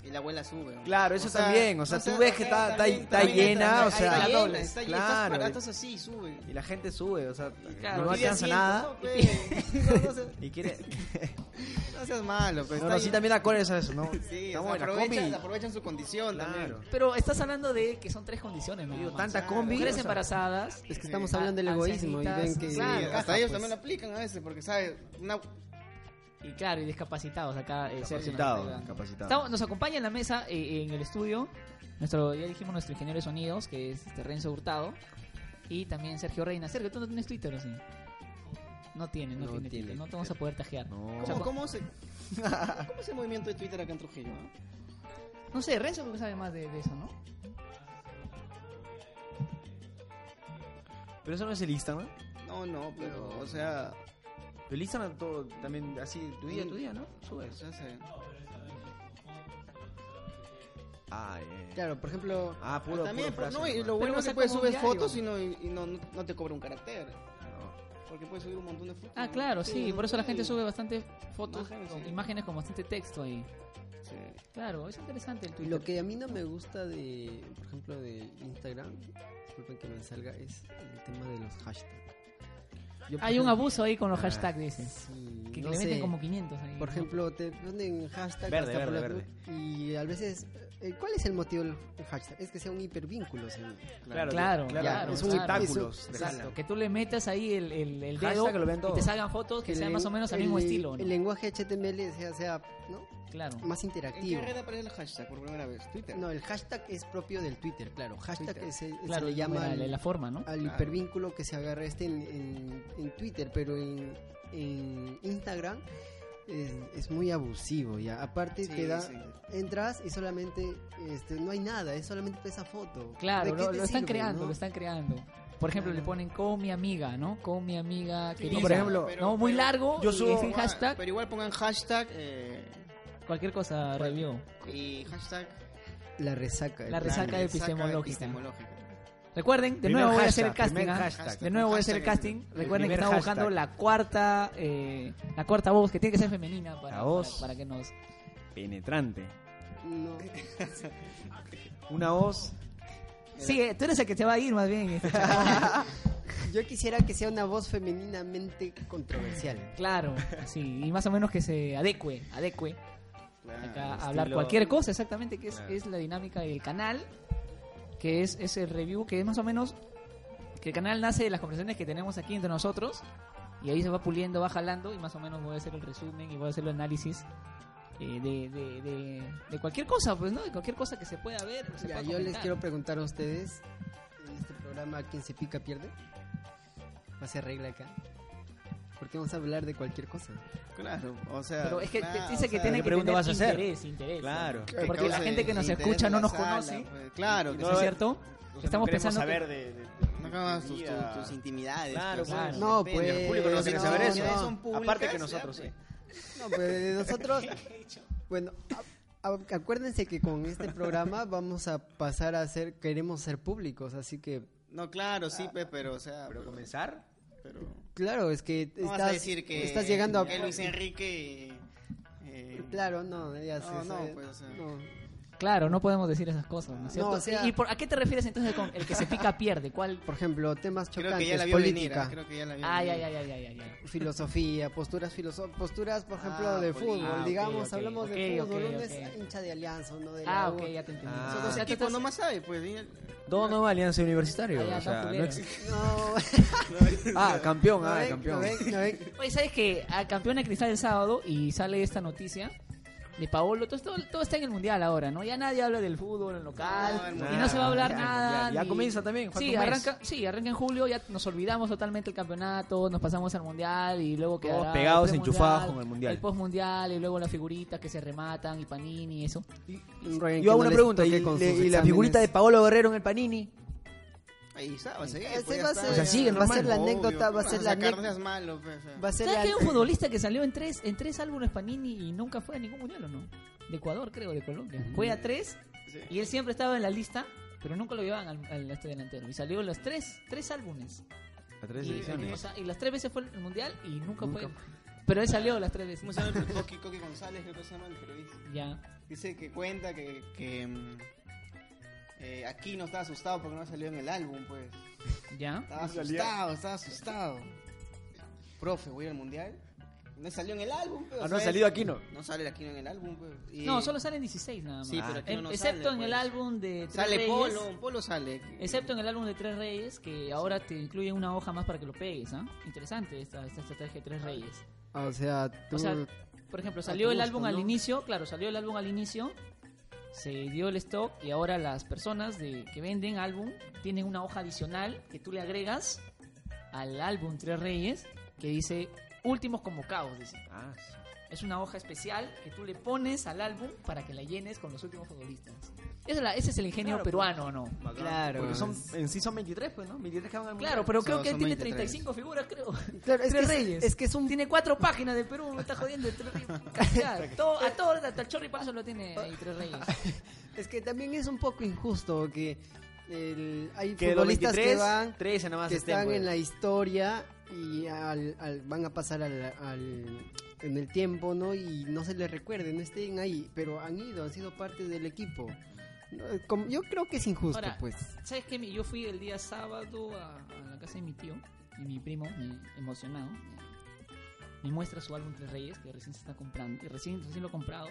S2: y la abuela sube. ¿no?
S4: Claro, eso también, o sea, tú ves que está- está-
S2: también-
S4: está
S2: también
S4: llena,
S2: está-
S4: o sea,
S2: está
S4: la
S2: llena,
S4: doble.
S2: está llena,
S4: Claro.
S2: estás- estás así, sube.
S4: Y la gente sube, o sea,
S1: claro,
S4: no
S1: y de
S4: alcanza nada.
S2: pues. (laughs) No, seas,
S4: Y (laughs) quiere.
S2: no seas malo, pero
S4: No,
S2: está
S4: no, sí,
S2: llena.
S4: también acores a eso, (laughs) ¿no?
S2: Sí,
S4: Estamos
S2: o
S4: en
S2: sea,
S4: la
S2: aprovechan,
S4: combi.
S2: aprovechan su condición
S4: Claro.
S2: también.
S1: Pero estás hablando de que son tres condiciones, nada
S4: Digo,
S1: más.
S4: tanta
S2: Claro.
S4: combi.
S1: Mujeres
S4: o sea,
S1: embarazadas.
S3: es que estamos hablando del
S1: a-
S3: egoísmo y ven
S1: ancianitas,
S3: que.
S2: Sí,
S1: claro.
S2: hasta
S3: encaja,
S2: ellos
S3: pues.
S2: también lo aplican a veces, porque sabes, una
S1: Y claro, y discapacitados acá. eh, Sergio nos está
S4: Capacitado,
S1: ayudando.
S4: capacitado.
S1: Estamos- nos acompaña en la mesa, eh, en el estudio, nuestro, ya dijimos nuestro ingeniero de sonidos, que es este Renzo Hurtado, y también Sergio Reina. Sergio, ¿tú no tienes Twitter o sí? No tiene, no,
S3: No
S1: tiene,
S3: tiene eh,
S1: Twitter, no te vamos a poder tajear.
S4: No.
S1: O sea,
S2: ¿Cómo,
S1: cu-
S2: cómo se, ¿Cómo es el movimiento de Twitter acá en Trujillo? no?
S1: No sé, Renzo creo que sabe más de, de eso, ¿no?
S4: Pero eso no es el Instagram.
S2: No, no, pero,
S3: No.
S2: o sea,
S4: El Instagram todo, también así, tu día, tu día, ¿no?
S2: o
S4: Subes.
S2: sea, se-
S4: Ah, eh.
S3: Claro, por ejemplo.
S4: Ah, puro,
S2: también,
S4: puro
S2: pues,
S4: frase,
S2: no, y
S4: hermano.
S2: lo bueno
S1: o
S2: es
S1: sea,
S2: que puedes
S1: como
S2: subir
S1: diario.
S2: fotos y, no, y no, no te cobra un carácter,
S4: No.
S2: porque puedes subir un montón de fotos.
S1: Ah, claro, sí, por eso la gente sube bastante fotos,
S2: Imágenes,
S1: con
S2: sí.
S1: imágenes con bastante texto ahí.
S2: Sí.
S1: Claro, es interesante el Twitter.
S3: Lo que a mí no me gusta de, por ejemplo, de Instagram, disculpen que me salga, es el tema de los hashtags. Yo, por
S1: Hay un
S3: ejemplo,
S1: abuso ahí con los
S4: Ah,
S1: hashtags, dices.
S3: sí,
S1: Que
S3: no
S1: le meten
S3: sé,
S1: como 500 ahí.
S3: Por ejemplo, te ponen hashtag
S4: Verde,
S3: hasta por
S4: verde,
S3: la-
S4: verde.
S3: y a veces, eh, ¿cuál es el motivo del hashtag? Es que sea un hipervínculo, según.
S1: Claro,
S4: Claro, claro,
S1: claro,
S4: es un
S1: claro.
S4: espectáculo.
S3: Eso-
S1: Exacto, que tú le metas ahí el, el, el
S4: Hashtag
S1: dedo
S4: que lo vean
S1: y
S4: todos.
S1: te salgan fotos que
S3: El
S1: sean
S3: len-
S1: más o menos al
S3: el-
S1: mismo estilo. ¿no?
S3: El lenguaje HTML sea, sea ¿no?
S1: Claro.
S3: más
S2: ¿En qué
S3: interactivo.
S2: red aparece el hashtag por primera vez? Twitter.
S3: No, el hashtag es propio del Twitter, claro. Hashtag
S2: Twitter.
S3: es el-
S1: Claro,
S3: se le llama
S1: la,
S3: al-
S1: la- la forma, ¿no?
S3: al
S2: Claro.
S3: hipervínculo que se agarra este en, en- en Twitter, pero en, en Instagram es, es muy abusivo ya. Aparte
S2: Sí,
S3: te da,
S2: sí.
S3: entras y solamente este, no hay nada, es solamente esa foto. ¿De
S1: Claro,
S3: qué
S1: lo,
S3: te
S1: lo están
S3: sirve,
S1: creando,
S3: no?
S1: lo están creando. Por ejemplo, le ponen con mi amiga, ¿no? Con mi amiga.
S2: Sí,
S1: querida.
S4: por ejemplo,
S2: pero-
S1: no, muy
S2: pero-
S1: largo. Yo
S4: yo subo-
S1: subo.
S2: Igual-
S1: hashtag,
S2: Pero igual pongan hashtag eh,
S1: cualquier cosa review.
S2: y hashtag...
S3: La resaca.
S1: La resaca
S2: la
S1: epistemológica.
S2: epistemológica.
S1: Recuerden, de
S4: Primer
S1: nuevo voy a
S4: hashtag,
S1: hacer el casting.
S4: primer
S1: ¿ah?
S4: hashtag.
S1: De nuevo voy a hacer el
S2: Hashtag es el-
S1: casting.
S2: el
S1: Recuerden que
S4: primer
S1: estamos
S4: hashtag.
S1: buscando la cuarta, eh, la cuarta voz que tiene que ser femenina para,
S4: La voz.
S1: para- para que nos.
S4: Penetrante.
S3: No,
S2: (laughs)
S4: Una voz.
S1: Sí, eh, tú eres el que te va a ir más bien. este, chaval.
S3: yo quisiera que sea una voz femeninamente controversial.
S1: (laughs) Claro, sí, y más o menos que se adecue, adecue acá
S2: Claro.
S1: a hablar
S4: Ah, estilo-
S1: cualquier cosa, exactamente, que es,
S4: Claro.
S1: es la dinámica del canal, que es, es el review, que es más o menos que el canal nace de las conversaciones que tenemos aquí entre nosotros, y ahí se va puliendo, va jalando, y más o menos voy a hacer el resumen y voy a hacer el análisis. eh, de, de- de- de cualquier cosa, pues, ¿no? De cualquier cosa que se pueda ver. se
S3: Ya,
S1: pueda
S3: yo les
S1: comentar.
S3: quiero preguntar a ustedes, en este programa, ¿quién se pica pierde? Va a ser regla acá. Porque vamos a hablar de cualquier cosa.
S2: Claro, o sea...
S1: Pero es que
S2: nada,
S1: dice
S2: o
S1: que
S2: sea,
S1: tiene
S4: ¿qué
S1: que
S4: pregunta
S1: tener
S4: vas a hacer?
S1: interés, interés.
S4: Claro.
S1: ¿no? Porque la
S2: cause
S1: gente que nos
S2: interés
S1: escucha
S2: en
S1: no
S2: la
S1: nos
S2: sala,
S1: conoce.
S2: pues, claro, que
S1: ¿No
S2: sí,
S1: es
S2: sí.
S1: cierto? Estamos
S4: queremos
S1: pensando
S4: saber
S1: que-
S4: de, de- de-
S2: No
S4: de
S2: hagas
S4: tu
S2: tus,
S4: vida.
S2: tus- tus intimidades.
S4: Claro,
S2: pues,
S1: claro.
S3: No,
S2: depende.
S3: pues,
S4: El público no tiene que
S2: Si las
S4: saber
S2: intimidades
S3: no.
S4: eso.
S2: son públicas,
S4: Aparte que
S2: ya,
S4: nosotros,
S2: pues.
S4: sí.
S3: No, pues
S2: (laughs)
S3: de nosotros. Bueno, a- a- acuérdense que con este programa vamos a pasar a ser, queremos ser públicos, así que
S2: No, claro, sí, pe, pero, o sea...
S4: Pero comenzar.
S2: pero-
S3: claro, es que
S2: No
S3: estás,
S2: vas a decir que,
S3: estás llegando a
S2: que Luis Enrique. eh,
S3: Claro, no, ya
S2: No,
S3: se-
S2: no,
S3: se-
S2: pues, o sea.
S3: no.
S1: Claro, no podemos decir esas cosas, ¿no es cierto?
S3: No, o sea-
S1: ¿Y por, a qué te refieres entonces con el que se pica pierde? ¿Cuál?
S3: Por ejemplo, temas
S2: creo que ya
S3: chocantes,
S2: la vio venir.
S3: política,
S2: ah, Creo que ya la vio
S1: Ay, ay,
S2: venir.
S1: ay, ay, ay, ay, ay.
S3: filosofía, posturas filoso- posturas, por ejemplo,
S2: Ah,
S3: de
S2: política.
S3: fútbol,
S1: Ah, ok,
S3: digamos,
S1: ok,
S3: hablamos de
S1: ok,
S3: fútbol,
S1: ok,
S3: uno
S1: ok.
S3: es hincha de Alianza, uno de la
S1: Ah,
S3: U.
S1: ok, ya te entendí.
S4: Ah.
S1: O
S2: Esos
S1: sea,
S2: dos
S1: tú
S2: tipos
S1: estás-
S2: no más sabe, pues. y-
S1: (laughs)
S4: Todo no Alianza Universitario.
S1: Ah, ya,
S4: o sea,
S1: tan
S4: no
S1: fulero.
S4: existe.
S1: (laughs)
S3: No,
S4: ah, campeón,
S3: no
S4: ah,
S3: ven, no
S4: campeón.
S3: ven, no ven.
S1: Oye, ¿sabes qué? A campeona Cristal el sábado y sale esta noticia de Paolo. Todo, todo, todo está en el mundial ahora, ¿no? Ya nadie habla del fútbol, el
S2: No,
S1: local.
S2: el
S1: y
S2: mundial.
S1: no se va a hablar
S4: Ya,
S1: nada.
S4: ya, ya
S1: ni-
S4: comienza también, falta
S1: Sí,
S4: un mes.
S1: arranca, sí, arranca en julio. Ya nos olvidamos totalmente el campeonato. Nos pasamos al mundial y luego
S4: Todos
S1: quedará. el
S4: pegados,
S1: premundial,
S4: enchufados con el mundial.
S1: El postmundial y luego las figuritas que se rematan y panini y eso.
S3: Ryan, que
S4: Yo
S3: no
S4: hago una
S3: les
S4: pregunta. ¿Y,
S3: toque con
S4: le-
S3: sus
S4: y la figurita de
S3: exámenes.
S4: Paolo Guerrero en el Panini?
S2: revisaba enseguida,
S3: Ese
S2: pues, ya
S3: va a
S2: está.
S3: ser-
S4: O sea, sigue
S3: va a ser
S4: normal,
S3: la
S2: Obvio,
S3: anécdota, va a
S2: ¿qué
S3: ser
S2: vas
S3: la
S2: sacar? No
S3: anécdota.
S2: seas malo, fe, fe.
S3: Va a ser
S1: ¿Sabes
S3: la-
S1: que hay un futbolista que salió en tres, en tres álbumes Panini y nunca fue a ningún mundial o no? De Ecuador, creo, de Colombia. Fue a tres
S2: Sí.
S1: y él siempre estaba en la lista, pero nunca lo llevaban al, al- a este delantero. Y salió los tres, tres álbumes.
S5: A tres
S1: y, o
S5: ediciones.
S1: sea, y las tres veces fue al mundial y nunca,
S5: Nunca
S1: fue. Pero él salió las tres
S2: ¿Cómo
S1: veces.
S2: se llama el (laughs) Coqui, Coqui González? Creo que se llama el periodista.
S1: Ya.
S2: Dice que cuenta que, que mm, eh, aquí no estaba asustado porque no salió en el álbum, pues.
S1: Ya.
S2: Estaba asustado, estaba asustado. Profe, voy al mundial. No salió en el álbum, pues. o
S4: Ah, no ha
S2: sea,
S4: salido aquí, no.
S2: No sale aquí en el álbum, pues. Y-
S1: No, solo salen 16 nada más.
S2: Sí, pero aquí
S1: Em-
S2: no
S1: excepto
S2: sale,
S1: en el
S2: pues.
S1: álbum de Tres
S2: Sale
S1: Reyes,
S2: Polo, Polo sale.
S1: Excepto en el álbum de Tres Reyes, que ahora te incluye una hoja más para que lo pegues. ¿ah? Interesante esta, esta estrategia de Tres Reyes.
S3: Ah, O sea, tú...
S1: O sea, por ejemplo, salió
S3: te
S1: el
S3: gusta,
S1: álbum al
S3: ¿no?
S1: inicio, claro, salió el álbum al inicio, se dio el stock y ahora las personas de, que venden álbum tienen una hoja adicional que tú le agregas al álbum Tres Reyes que dice últimos convocados, dice.
S4: Ah, sí.
S1: Es una hoja especial que tú le pones al álbum para que la llenes con los últimos futbolistas. Esa es la- ese es el ingenio
S4: Claro,
S1: peruano, ¿o ¿no?
S4: Bacán.
S3: Claro.
S4: Porque son, en sí son 23, pues, ¿no? 23 que van al mundial.
S1: Claro, pero
S2: Son-
S1: creo que él
S2: son
S1: tiene
S2: 23.
S1: 35 figuras, creo.
S3: claro, es,
S1: Tres
S3: que es-
S1: Reyes.
S3: es que es un...
S1: Tiene cuatro páginas de Perú, me está jodiendo. el
S3: (laughs)
S1: Tres Reyes. Ya, todo- a todos, hasta el Chorri Paso lo tiene ahí, Tres Reyes.
S3: Es que también es un poco injusto que el- hay
S4: Que de los
S3: futbolistas
S4: 23,
S3: que van,
S4: 13 nada más
S3: que
S4: estén,
S3: están
S4: pues.
S3: en la historia y al- al- van a pasar al, al- en el tiempo, ¿no? Y no se les recuerde, no estén ahí, pero han ido, han sido parte del equipo. No, como- yo creo que es injusto,
S1: Ahora,
S3: pues.
S1: ¿Sabes qué? Mi- Yo fui el día sábado a, a la casa de mi tío y mi primo, me- emocionado, me- me muestra su álbum Tres Reyes que recién se está comprando, que recién, recién lo ha comprado.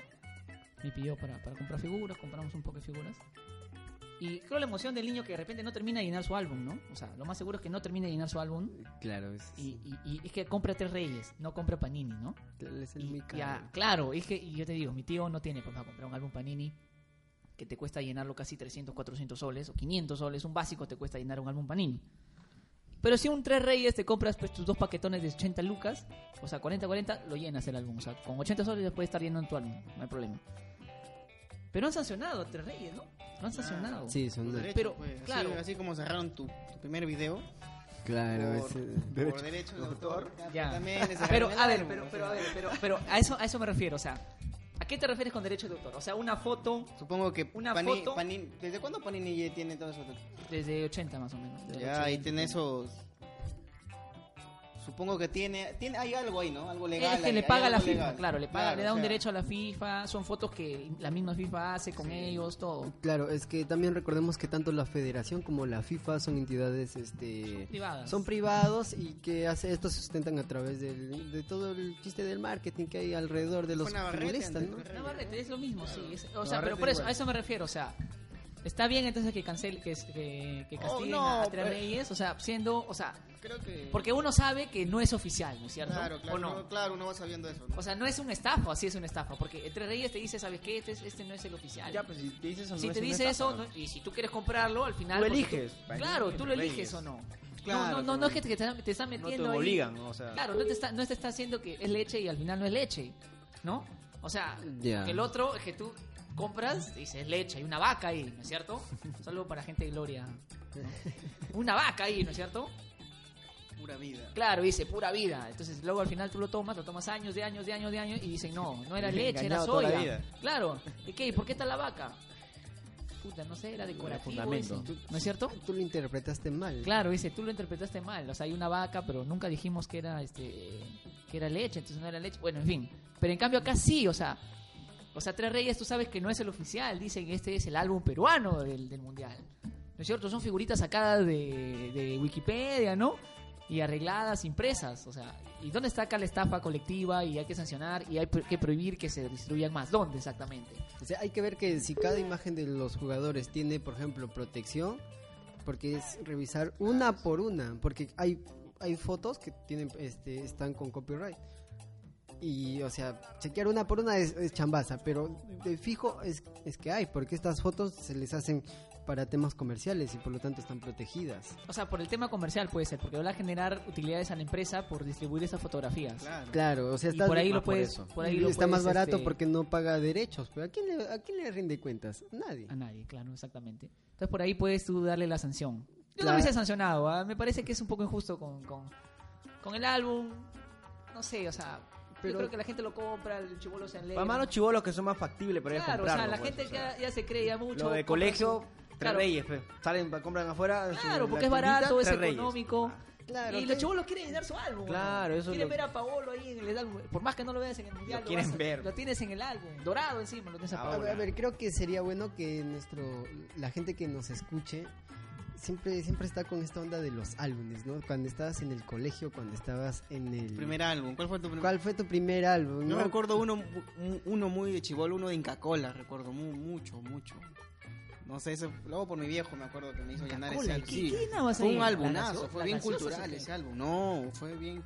S1: Me pidió para, para comprar figuras, compramos un poco de figuras. Y creo la emoción del niño que de repente no termina de llenar su álbum, ¿no? O sea, lo más seguro es que no termine de llenar su álbum
S3: Claro, es,
S1: y, y- y es que compra Tres Reyes, no compra Panini, ¿no?
S3: es
S1: Y-
S3: muy
S1: y
S3: caro.
S1: a- claro, es que y yo te digo, mi tío no tiene pues, para comprar un álbum Panini que te cuesta llenarlo casi 300, 400 soles o 500 soles, un básico te cuesta llenar un álbum Panini. Pero si un Tres Reyes te compras pues, tus dos paquetones de 80 lucas, o sea, 40, 40, lo llenas el álbum. O sea, con 80 soles ya puedes estar llenando tu álbum, no hay problema. Pero han sancionado a Tres Reyes, ¿no?
S2: Ah,
S1: Lo han sancionado.
S3: Sí, son...
S2: Por derecho,
S1: Pero,
S2: pues, así-
S1: claro.
S2: Así, como cerraron tu, tu primer video.
S3: Claro,
S2: por,
S3: es- eh,
S2: por derecho de autor.
S1: Ya.
S2: También les cerraron
S1: Pero,
S2: el
S1: a ver,
S2: álbum,
S1: pero,
S2: o
S1: pero, a
S2: sea.
S1: ver, pero, pero a, eso, a eso me refiero, o sea, ¿a qué te refieres con derecho de autor? O sea, una foto
S2: Supongo que
S1: Una
S2: Pani-
S1: foto.
S2: Pani- ¿Desde cuándo Panini ya tiene todo eso?
S1: desde 80 más o menos. desde
S2: Ya,
S1: 80.
S2: ahí tiene esos. Supongo que tiene, tiene. Hay algo ahí, ¿no? Algo legal.
S1: Es que
S2: ahí,
S1: le
S2: hay
S1: paga la
S2: algo
S1: FIFA,
S2: legal.
S1: claro, le paga, le
S2: o
S1: da un
S2: sea,
S1: derecho a la FIFA, son fotos que la misma FIFA hace con ellos, todo.
S3: Claro, es que también recordemos que tanto la Federación como la FIFA son entidades, este,
S1: Privadas.
S3: son privados y que hace, estos se sustentan a través del- de todo el chiste del marketing que hay alrededor de
S2: Fue
S3: los
S2: Navarrete
S3: futbolistas,
S2: antes,
S3: ¿no?
S2: creo.
S1: Navarrete es lo mismo, sí. es- o sea,
S4: Navarrete
S1: pero por eso,
S4: igual.
S1: a eso me refiero, o sea, está bien entonces que cancel, que, que, que
S2: Oh,
S1: castiguen
S2: no,
S1: a- a Tres
S2: pero-
S1: Reyes, o sea, siendo, o sea,
S2: Creo que.
S1: porque uno sabe que no es oficial, ¿no es cierto?
S2: Claro, claro.
S1: ¿O no?
S2: uno- claro, uno va sabiendo eso. ¿no?
S1: O sea, no es una estafa, sí es una estafa, porque entre reyes te dice, ¿sabes qué? Este, es- este no es el oficial.
S4: Ya, pues si te dices eso,
S1: si
S4: no
S1: te
S4: es una
S1: dice
S4: estafa,
S1: eso, no- y si tú quieres comprarlo, al final...
S4: Tú
S1: porque
S4: eliges.
S1: claro, tú lo
S4: Reyes.
S1: eliges o no.
S2: Claro,
S1: no, no, no, no es que te, que te- te están
S4: No te
S1: metiendo ahí.
S4: obligan, o sea.
S1: Claro, no te, está, no te está haciendo que es leche y al final no es leche, ¿no? O sea,
S3: Ya.
S1: el otro es que tú compras, dices leche, hay una vaca ahí, ¿no es
S4: (laughs)
S1: cierto? Solo para gente de gloria. ¿no? Una vaca ahí, ¿no es cierto?
S2: Pura vida.
S1: Claro, dice pura vida. Entonces luego al final tú lo tomas, lo tomas años, de años, de años, de años y dicen no, no era leche, era
S4: Engañado toda la
S1: soya.
S4: vida.
S1: Claro. ¿Y qué? ¿Y por qué está la vaca? Puta, no sé, era decorativo.
S4: fundamento.
S1: ese. ¿No es cierto?
S3: Tú lo interpretaste mal.
S1: Claro, dice, tú lo interpretaste mal. O sea, hay una vaca, pero nunca dijimos que era este que era leche, entonces no era leche. Bueno, en fin. Pero en cambio acá sí, o sea, o sea, Tres Reyes tú sabes que no es el oficial, dicen que este es el álbum peruano del, del mundial. ¿No es cierto? Son figuritas sacadas de, de Wikipedia, ¿no? Y arregladas, impresas, o sea, ¿y dónde está acá la estafa colectiva y hay que sancionar y hay pro- que prohibir que se distribuyan más? ¿Dónde exactamente?
S3: O sea, hay que ver que si cada imagen de los jugadores tiene, por ejemplo, protección, porque es revisar una por una, porque hay hay fotos que tienen este están con copyright. Y o sea, chequear una por una es, es chambaza, pero de fijo es, es que hay, porque estas fotos se les hacen para temas comerciales y por lo tanto están protegidas.
S1: O sea, por el tema comercial puede ser, porque va a generar utilidades a la empresa por distribuir esas fotografías.
S2: Claro.
S3: Claro, o sea,
S1: Y
S3: está
S1: por ahí
S5: más
S4: Ah,
S1: lo
S5: por
S1: puedes.
S5: eso.
S1: por ahí lo
S3: está más
S1: puedes,
S3: barato
S1: este,
S3: porque no paga derechos, pero ¿a quién le, a quién le rinde cuentas? Nadie.
S1: A nadie, claro, exactamente. Entonces por ahí puedes tú darle la sanción. Yo
S3: La-
S1: no hubiese sancionado, ¿ah? me parece que es un poco injusto con, con, con el álbum. No sé, o sea,
S3: Pero-
S1: yo creo que la gente lo compra, el chivolo se alegra.
S4: Para más los chivolos que son más factibles para ir a
S1: claro, o
S4: comprarlo.
S1: sea, la
S4: pues,
S1: gente
S4: o sea.
S1: ya, ya se cree ya mucho.
S4: Lo de
S1: compra
S4: colegio,
S1: su-
S4: tres
S1: Claro,
S4: reyes, pe. Salen, pa- compran afuera. su-
S1: Claro,
S4: la
S1: porque es
S4: cunita,
S1: barato, es
S4: tres reyes. Ah.
S1: económico.
S3: Claro,
S1: y
S3: que-
S1: los chivos quieren dar su álbum.
S4: Claro, eso es
S1: Quieren
S4: lo-
S1: ver a Paolo ahí en el álbum. Por más que no lo veas en el mundial,
S4: quieren
S1: vas a-
S4: ver.
S1: Lo tienes en el álbum, dorado encima, lo tienes a
S4: Ah,
S1: Paolo.
S3: A ver, a ver, creo que sería bueno que nuestro la gente que nos escuche siempre siempre está con esta onda de los álbumes, ¿no? Cuando estabas en el colegio, cuando estabas en el
S2: Primer álbum. ¿Cuál fue tu primer
S3: ¿Cuál fue tu primer álbum?
S2: Yo
S3: no?
S2: recuerdo uno, mu- uno muy de chibolo, uno de Inca Cola, recuerdo mu- mucho, mucho. No sé, eso, luego por mi viejo me acuerdo que me hizo llenar ese
S1: Cola,
S2: álbum.
S1: ¿qué-
S2: Sí.
S1: qué nada más
S2: Fue
S1: ahí?
S2: un
S1: ¿La
S2: albumazo,
S1: gaseosa?
S2: fue
S1: ¿La
S2: bien
S1: gaseosa
S2: cultural
S1: o qué?
S2: ese álbum. No, fue bien.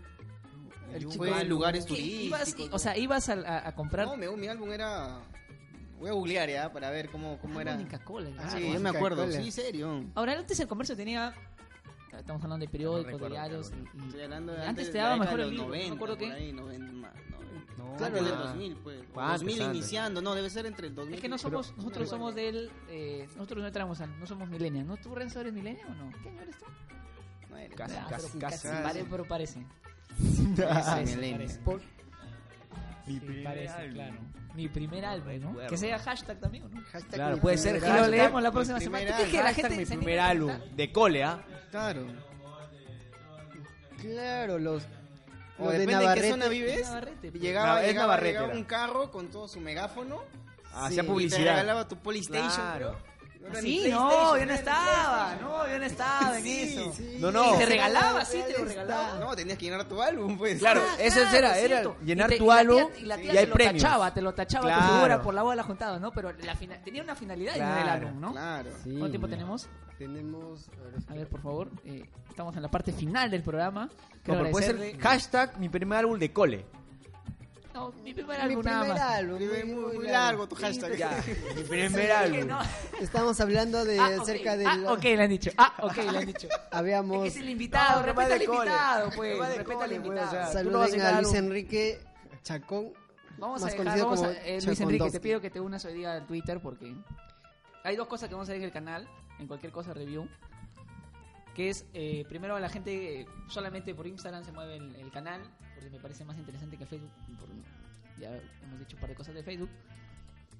S3: El chico
S2: fue
S3: álbum.
S2: en lugares
S1: ¿Qué? Ibas,
S2: turísticos.
S1: y- o sea, ibas a, a- a comprar
S2: no, mi, mi álbum era. Voy a googlear ya para ver cómo, cómo era.
S1: Mónica Cola.
S3: Ah,
S1: ¿no?
S2: sí,
S3: Mónica
S2: yo me acuerdo.
S3: Cola.
S2: Sí, serio.
S1: Ahora, antes el comercio tenía. Estamos hablando de periódicos, de diarios. y- y-
S2: Estoy hablando de
S1: Antes te
S2: de la
S1: daba
S2: década
S1: mejor
S2: de
S1: el libro,
S2: los
S1: no me
S2: 90,
S1: acuerdo
S2: por
S1: qué.
S2: ahí, 90, ma- 90.
S4: No,
S2: Claro, del
S4: ah.
S2: 2000, pues.
S4: Ah,
S2: 2000
S4: antes.
S2: iniciando, no, debe ser entre el 2000.
S1: Es que no
S2: Pero-
S1: somos, nosotros somos del, eh, nosotros no entramos al, no somos millennials, ¿no? ¿Tú, Renzo, eres millennial o no? ¿Qué año eres tú?
S2: No eres-
S4: Casi,
S1: Ah,
S4: casi,
S1: pero-
S4: casi.
S1: pare- pero parece.
S2: pues, Parece
S1: Sí,
S2: milenio.
S1: parece.
S3: Por-
S1: Mi primer álbum. Mi primer álbum, ¿no?
S4: recuerdo.
S1: Que sea hashtag también, ¿o ¿no?
S3: hashtag
S4: Claro,
S3: mi
S4: puede
S3: primer
S4: ser
S1: Y lo
S4: hashtag
S3: álbum.
S1: leemos la
S2: mi
S1: próxima semana.
S2: primer
S1: ¿Tú crees que la
S4: Hashtag
S1: gente
S4: mi
S1: se anime
S4: primer
S1: a
S4: álbum
S1: comentar?
S4: de cole, ¿ah?
S2: Claro.
S3: Claro, los
S2: O
S3: los
S2: depende
S3: de
S2: de qué
S3: Navarrete.
S2: zona vives.
S1: Navarrete, pues.
S2: Llegaba,
S4: Nav- es
S2: llegaba,
S4: Navarrete,
S2: llegaba
S4: era.
S2: un carro con todo su megáfono.
S4: Hacía
S2: y Te
S4: publicidad.
S2: regalaba tu Polystation.
S4: Claro.
S2: creo. era ni
S1: Sí, no,
S2: PlayStation,
S1: yo no
S2: era-
S1: estaba, no, yo no estaba en
S2: Sí,
S1: eso.
S2: sí.
S4: No, no.
S1: Y te regalaba, sí, te lo regalaba.
S2: pues, No, tenías que llenar tu álbum, pues.
S4: Claro,
S1: Ah,
S4: ese era,
S1: es
S4: era
S1: cierto.
S4: llenar
S1: Y te-
S4: tu
S1: y la
S4: álbum
S1: tía- y la tía
S4: y hay
S1: te lo
S4: premios.
S1: tachaba, te lo tachaba
S4: Claro.
S1: tu figura por la boda de la juntada, ¿no? Pero la fina- tenía una finalidad en el
S4: Claro,
S1: álbum, ¿no?
S2: Claro.
S3: Sí,
S1: ¿Cuánto tiempo
S3: mira.
S1: tenemos?
S3: Tenemos a ver,
S1: A ver, por favor, eh, estamos en la parte final del programa.
S4: No,
S1: Quiero
S4: pero puede ser
S1: agradecerle-
S4: hashtag mi primer álbum de cole.
S1: No, mi primer
S3: mi
S1: álbum nada
S3: primer
S1: más.
S3: álbum,
S2: Muy, muy, largo tu hashtag.
S4: Ya, mi
S1: Sí,
S4: primer
S1: dije,
S4: álbum.
S1: no.
S3: Estamos hablando de
S1: Ah, ok.
S3: acerca de
S1: Ah,
S3: la-
S1: ok, le han dicho. Ah, ok, le han dicho. Es que
S3: habíamos
S1: es el invitado,
S4: No,
S1: respeta
S4: tema de
S1: al
S4: cole.
S1: invitado, pues.
S4: Tema de
S1: Respeta al
S4: cole, pues, o
S1: invitado.
S4: sea, tú no vas
S3: saluden
S4: a llegar
S3: a
S4: a
S3: Luis
S4: un-
S3: Enrique Chacón,
S1: Vamos a
S3: más
S1: dejar,
S3: conocido
S1: vamos a-
S3: como
S1: eh, Luis
S3: Chacón
S1: Enrique, te
S3: Dosti.
S1: pido que te unas hoy día al Twitter porque hay dos cosas que vamos a hacer en el canal, en cualquier cosa review, que es, eh, primero, la gente eh, solamente por Instagram se mueve el, el canal, porque me parece más interesante que Facebook, por- ya hemos dicho un par de cosas de Facebook,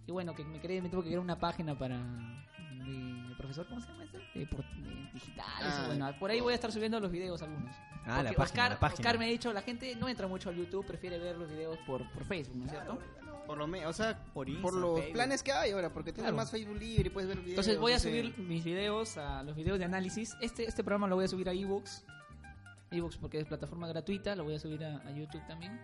S1: y bueno, que me, creé, me tuvo que crear una página para de, de profesor, ¿cómo se llama este? De, por- de digitales,
S2: Ah,
S1: o bueno, por ahí voy a estar subiendo los videos algunos.
S4: Ah, la
S1: Porque
S4: página,
S1: Oscar,
S4: la página.
S1: Oscar me ha dicho, la gente no entra mucho al YouTube, prefiere ver los videos por, por Facebook, ¿no es cierto?
S2: Por lo menos, o sea,
S4: Por
S2: por,
S4: Insta,
S2: los
S4: Facebook.
S2: planes que hay ahora, porque tienes
S1: Claro.
S2: más Facebook libre, puedes ver videos.
S1: Entonces voy a
S2: no sé.
S1: subir mis videos a los videos de análisis. Este, este programa lo voy a subir a ebooks. Ebooks porque es plataforma gratuita, lo voy a subir a, a YouTube también.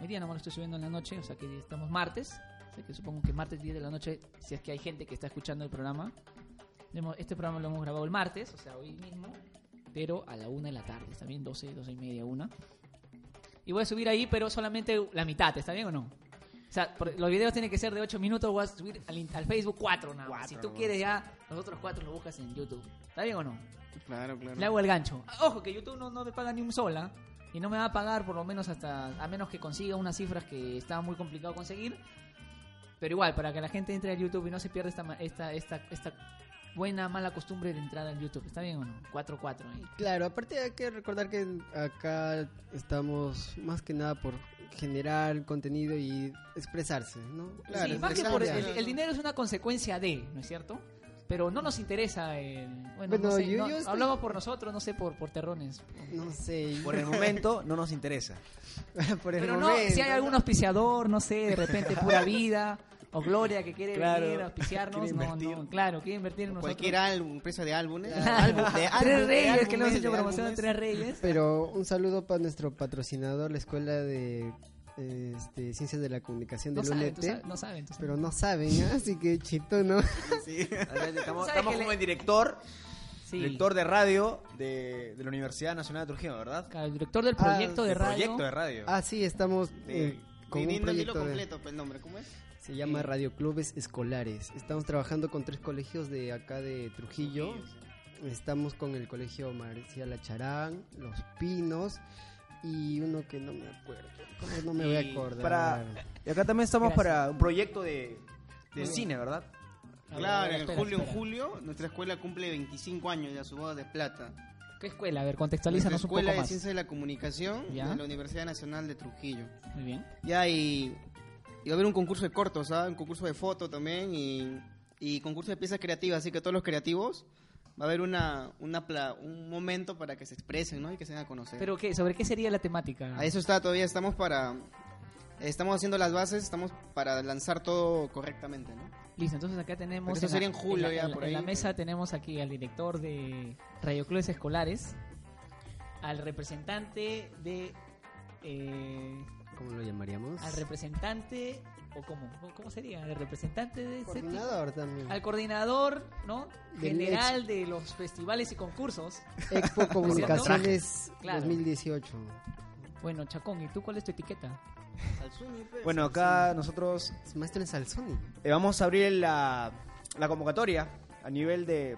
S1: Hoy día no me lo estoy subiendo en la noche, o sea que estamos martes. O sea que supongo que martes 10 de la noche, si es que hay gente que está escuchando el programa. Hemos- Este programa lo hemos grabado el martes, o sea, hoy mismo, pero a la 1 de la tarde, está bien, 12, 12 y media, 1. Y voy a subir ahí, pero solamente la mitad, ¿está bien o no? O sea, por- los videos tienen que ser de 8 minutos, voy a subir al, in- al Facebook 4 nada más. Si tú quieres ya, los otros 4 los buscas en YouTube. ¿Está bien o no?
S2: Claro, claro.
S1: Le hago el gancho. Ojo, que YouTube no, no me paga ni un sol, ¿ah? Y no me va a pagar por lo menos hasta, a menos que consiga unas cifras que estaba muy complicado conseguir. Pero igual, para que la gente entre al YouTube y no se pierda esta, ma- esta, esta, esta buena, mala costumbre de entrar al YouTube. ¿Está bien o no? 4-4 ahí.
S3: Claro, aparte hay que recordar que acá estamos más que nada por generar contenido y expresarse, ¿no?
S2: Claro,
S1: sí,
S2: es
S1: más que
S2: necesario.
S1: por el,
S2: Claro.
S1: el dinero es una consecuencia de, ¿no es cierto? Pero no nos interesa el... Bueno,
S3: Bueno,
S1: no sé,
S3: yo-
S1: no-
S3: yo estoy-
S1: hablamos por nosotros, no sé, por, por terrones.
S3: No sé,
S4: (laughs) Por el momento no nos interesa.
S3: (laughs) por el
S1: Pero no,
S3: momento.
S1: si hay algún auspiciador, no sé, de repente Pura Vida o Gloria que quiere
S4: Claro,
S1: venir a auspiciarnos,
S4: quiere
S1: no,
S4: invertir.
S1: no, claro, quiere invertir en nosotros. (laughs)
S2: Cualquier álbum, empresa de álbumes.
S1: Álbum,
S2: Álbum, de álbumes,
S1: Tres
S2: de
S1: Reyes, que le hemos
S2: álbumes,
S1: hecho
S2: de
S1: promoción de
S2: álbumes.
S1: Tres Reyes.
S3: Pero un saludo para nuestro patrocinador, la Escuela de este, Ciencias de la Comunicación
S1: No
S3: del
S1: saben,
S3: UNET.
S1: tú sabes, no saben. tú sabes.
S3: Pero no saben, (laughs) ¿ah? así que chito, ¿no?
S4: (laughs) Sí. Estamos,
S1: ¿Sabes
S4: estamos
S1: que le-
S4: como el director,
S1: Sí.
S4: director de radio de, de la Universidad Nacional de Trujillo, ¿verdad?
S1: Claro, el director del
S3: Ah,
S1: proyecto de
S4: El
S1: radio.
S4: Proyecto de radio.
S3: Ah, sí, estamos
S4: De-
S3: eh, con
S2: Di-
S3: un
S2: dilo
S3: proyecto de-
S2: completo, pues, el nombre, ¿cómo es?
S3: Se llama Radio Clubes Escolares. Estamos trabajando con tres colegios de acá de Trujillo. Estamos con el colegio Marcial Charán, Los Pinos y uno que no me acuerdo. ¿Cómo no me voy a
S4: Y
S3: acordar?
S4: para- Y acá también estamos
S1: Gracias.
S4: para un proyecto de, de cine, ¿verdad?
S2: Claro, en
S1: espera,
S2: julio, en
S1: espera.
S2: julio, nuestra escuela cumple 25 años ya su boda de plata.
S1: ¿Qué escuela? A ver,
S2: Nuestra
S1: contextualízanos un poco
S2: escuela de
S1: más.
S2: Ciencias de la Comunicación
S1: Ya.
S2: de la Universidad Nacional de Trujillo.
S1: Muy bien.
S2: Ya, y, y va a haber un concurso de cortos, ¿sabes? Un concurso de foto también y, y concurso de piezas creativas. Así que todos los creativos va a haber una, una pla- un momento para que se expresen, ¿no? Y que se den a conocer.
S1: ¿Pero qué? ¿Sobre qué sería la temática?
S2: a eso está, todavía estamos para... Estamos haciendo las bases, estamos para lanzar todo correctamente, ¿no?
S1: Listo, entonces acá tenemos.
S2: Pero eso
S1: la-
S2: sería en julio
S1: la-
S2: ya,
S1: la-
S2: por
S1: en la
S2: ahí.
S1: mesa tenemos aquí al director de Radioclubes Escolares, al representante de. eh,
S3: ¿Cómo lo llamaríamos?
S1: al representante. ¿O cómo? ¿Cómo- ¿Cómo sería? El representante de.
S3: Coordinador también.
S1: Al coordinador, ¿no?
S3: Del
S1: General de los festivales y concursos. (laughs)
S3: Expo Comunicaciones
S1: Claro.
S3: 2018.
S1: Bueno, Chacón, ¿y tú cuál es tu etiqueta?
S2: pues.
S4: Bueno, acá nosotros
S3: Es maestro en Salsoni.
S4: eh, vamos a abrir la, la convocatoria a nivel de,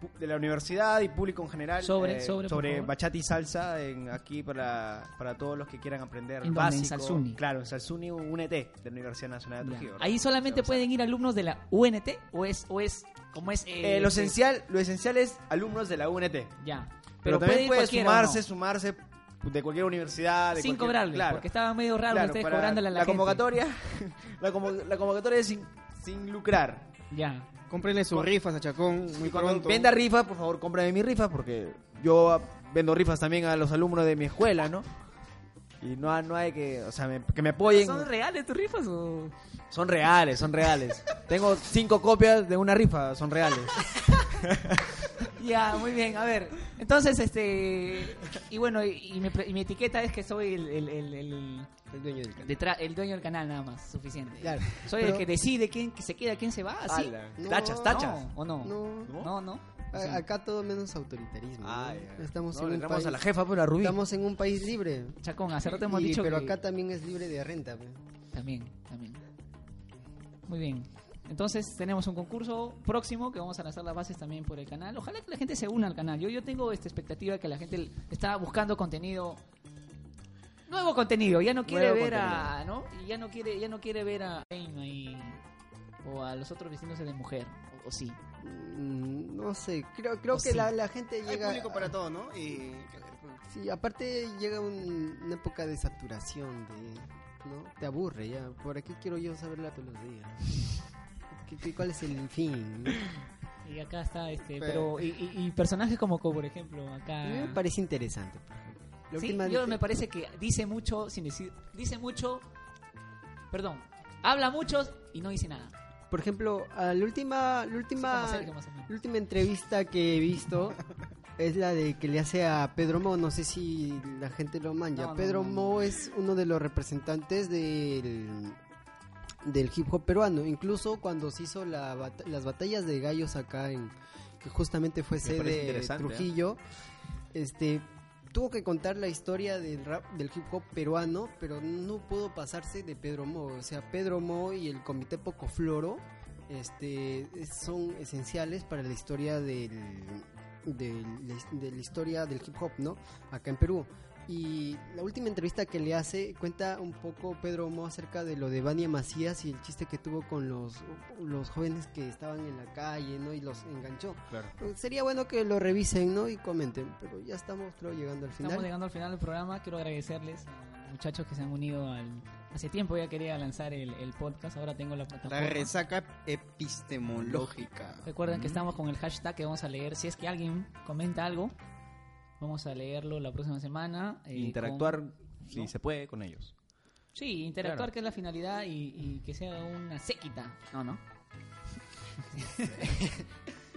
S4: pu- de la universidad y público en general eh,
S1: Sobre, sobre, por favor.
S4: bachata y salsa en, aquí para, para todos los que quieran aprender
S1: ¿En dónde?
S4: básico.
S1: En Salsuni.
S4: Claro, en Salsuni UNT de la Universidad Nacional de
S1: Ya.
S4: Trujillo. ¿no?
S1: Ahí solamente
S4: O sea,
S1: pueden ir alumnos de la UNT o es, o es, como es. eh,
S4: eh, lo,
S1: este-
S4: esencial, lo esencial es alumnos de la UNT. Pero,
S1: Ya. puede
S4: también
S1: ir
S4: puede
S1: cualquiera, ¿o no?
S4: sumarse, sumarse de cualquier universidad. De
S1: Sin
S4: cualquier-
S1: cobrarle,
S4: claro.
S1: porque estaba medio raro
S4: Claro,
S1: ustedes
S4: para
S1: cobrándole a la,
S4: la
S1: gente.
S4: convocatoria. (laughs) La, convo- la convocatoria es sin, sin lucrar.
S1: Ya.
S2: Cómprenle sus rifas a Chacón muy
S4: Y cuando
S2: pronto.
S4: venda rifas, por favor, cómprame mis rifas porque yo ah, vendo rifas también a los alumnos de mi escuela, ¿no? Y no, ha- no hay que, o sea, me- que me apoyen.
S1: ¿Son reales tus rifas o...?
S4: Son reales, son reales. Tengo cinco copias de una rifa, son reales.
S1: (laughs) Ya, muy bien, a ver. Entonces, este... Y bueno, y, y mi, pre- y mi etiqueta es que soy el, el, el, el-
S3: El dueño del canal.
S1: detrás- el dueño del canal nada más, suficiente.
S3: Claro,
S1: Soy el
S3: pero-
S1: que decide quién que se queda, quién se va, así.
S4: Ala.
S3: No,
S4: tachas, tachas.
S1: No, ¿O no?
S3: No.
S1: No, no.
S3: A-
S1: Sí.
S3: Acá todo menos autoritarismo. ¿no?
S4: Ay, ay.
S3: Estamos
S4: No,
S3: en
S4: le
S3: un
S4: entramos
S3: país,
S4: a la jefa, pero a Rubí.
S3: estamos en un país libre.
S1: Chacón, hace rato hemos
S3: Y-
S1: dicho
S3: pero
S1: que...
S3: acá también es libre de renta. pues. pe.
S1: También, también. Muy bien. Entonces tenemos un concurso próximo que vamos a lanzar las bases también por el canal. Ojalá que la gente se una al canal. Yo, yo tengo esta expectativa de que la gente l- está buscando contenido. Nuevo contenido, ya no quiere
S4: Nuevo
S1: ver a. ¿no? Y ya no quiere, ya no quiere ver a Aima y- o a los otros vestidos de mujer. O, o sí.
S3: Mm, No sé, creo, creo
S1: O
S3: que
S1: sí.
S3: la, la gente
S2: Hay
S3: llega...
S2: público para todo, ¿no? Y...
S3: Sí, aparte llega un- una época de saturación, de, ¿no? Te aburre ya. ¿Por qué quiero yo saberla todos los días? ¿Qué- qué- ¿Cuál es el fin? no?
S1: Y acá está este.
S2: Pero-
S1: Pero. Y, y- y personajes como, Co, por ejemplo,
S3: A
S1: acá.
S3: mí me parece interesante. por ejemplo. La
S1: Ah. Sí,
S3: última
S1: yo
S3: vez-
S1: me parece que dice mucho sin decir, dice mucho, perdón, habla mucho y no dice nada.
S3: Por ejemplo, a la última, la última,
S1: Más cerca, más o menos.
S3: la última entrevista que he visto es la de que le hace a Pedro Mo. No sé si la gente lo manja.
S1: No, no,
S3: Pedro
S1: no, no.
S3: Mo es uno de los representantes del del hip hop peruano. Incluso cuando se hizo la bat- las batallas de gallos acá en que justamente fue
S4: parece
S3: sede de
S4: interesante, ¿eh?
S3: Trujillo, este tuvo que contar la historia del rap del hip hop peruano, pero no pudo pasarse de Pedro Mo, o sea, Pedro Mo y el Comité Pocofloro este son esenciales para la historia del del- de la historia del hip hop, ¿no? Acá en Perú. Y la última entrevista que le hace cuenta un poco Pedro Mo acerca de lo de Vania Macías y el chiste que tuvo con los, los jóvenes que estaban en la calle, ¿no? Y los enganchó. Eh, Sería bueno que lo revisen, ¿no? Y comenten, pero ya estamos, creo, llegando al
S1: Estamos
S3: final.
S1: llegando al final del programa, quiero agradecerles a los muchachos que se han unido al... Hace tiempo ya quería lanzar el, el podcast, ahora tengo la
S2: La
S1: plataforma.
S2: resaca epistemológica.
S1: Recuerden que
S3: Mm.
S1: estamos con el hashtag que vamos a leer, si es que alguien comenta algo, vamos a leerlo la próxima semana. eh,
S4: Interactuar, si
S1: ¿no?
S4: se puede, con ellos.
S1: Sí, interactuar
S4: Claro.
S1: que es la finalidad y, y que sea una séquita. No,
S4: (laughs)
S1: no.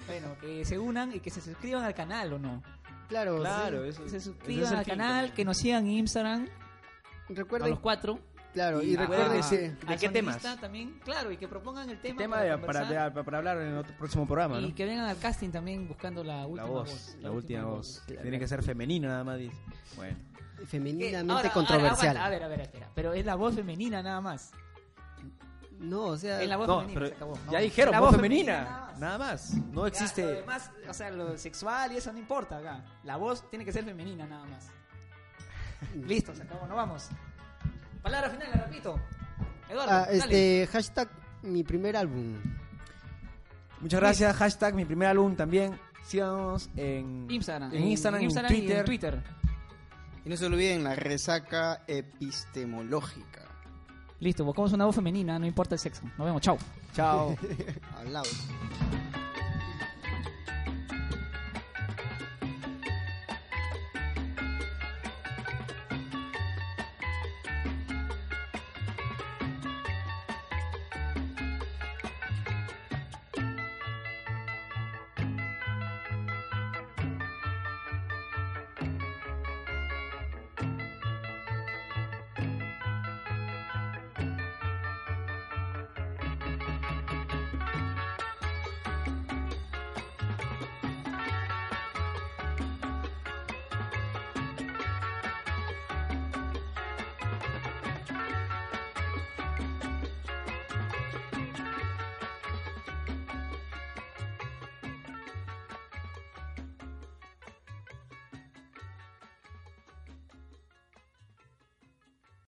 S1: bueno, que se unan y que se suscriban al canal o no.
S3: Claro,
S4: Claro,
S3: Pues
S4: eh.
S3: sí.
S4: eso
S1: Que se suscriban
S4: ese es el
S1: al
S4: fin
S1: canal,
S4: también.
S1: que nos sigan en Instagram, a
S3: recuerden,
S1: los cuatro.
S3: claro, y
S4: y-
S3: recuerden
S1: Ah,
S3: que
S1: al
S4: ¿De qué temas?
S1: sonidista También, claro, y que propongan el tema.
S4: Tema
S1: para
S4: de- para,
S1: conversar
S4: de- para hablar en otro próximo programa,
S1: y
S4: ¿no?
S1: que vengan al casting también buscando la última
S4: La
S1: voz.
S4: voz, la última voz. Tiene que ser femenina nada más. dice. Bueno.
S1: Que-
S3: femeninamente
S1: ahora, ahora,
S3: controversial.
S1: aguanta, a ver, a ver, espera. Pero es la voz femenina nada más.
S3: no, o sea,
S1: Es la voz
S4: No,
S1: femenina,
S4: pero
S1: se acabó.
S4: ya
S1: No.
S4: dijeron,
S1: La
S4: voz femenina.
S1: nada más.
S4: Nada más. No existe.
S1: Ya, lo demás, o sea, lo sexual y eso no importa acá. La voz tiene que ser femenina nada más. Listo, se acabó, nos vamos. Palabra final, la repito. Eduardo,
S3: ah,
S1: dale.
S3: este hashtag mi primer álbum.
S4: Muchas gracias. Hashtag mi primer álbum también. Síganos en
S1: Instagram.
S4: En Instagram, en
S1: y en
S4: Twitter.
S1: Twitter.
S2: Y no se olviden la resaca epistemológica.
S1: (laughs) Listo, buscamos una voz femenina, no importa el sexo. Nos vemos, chao.
S4: Chao.
S2: Hablamos.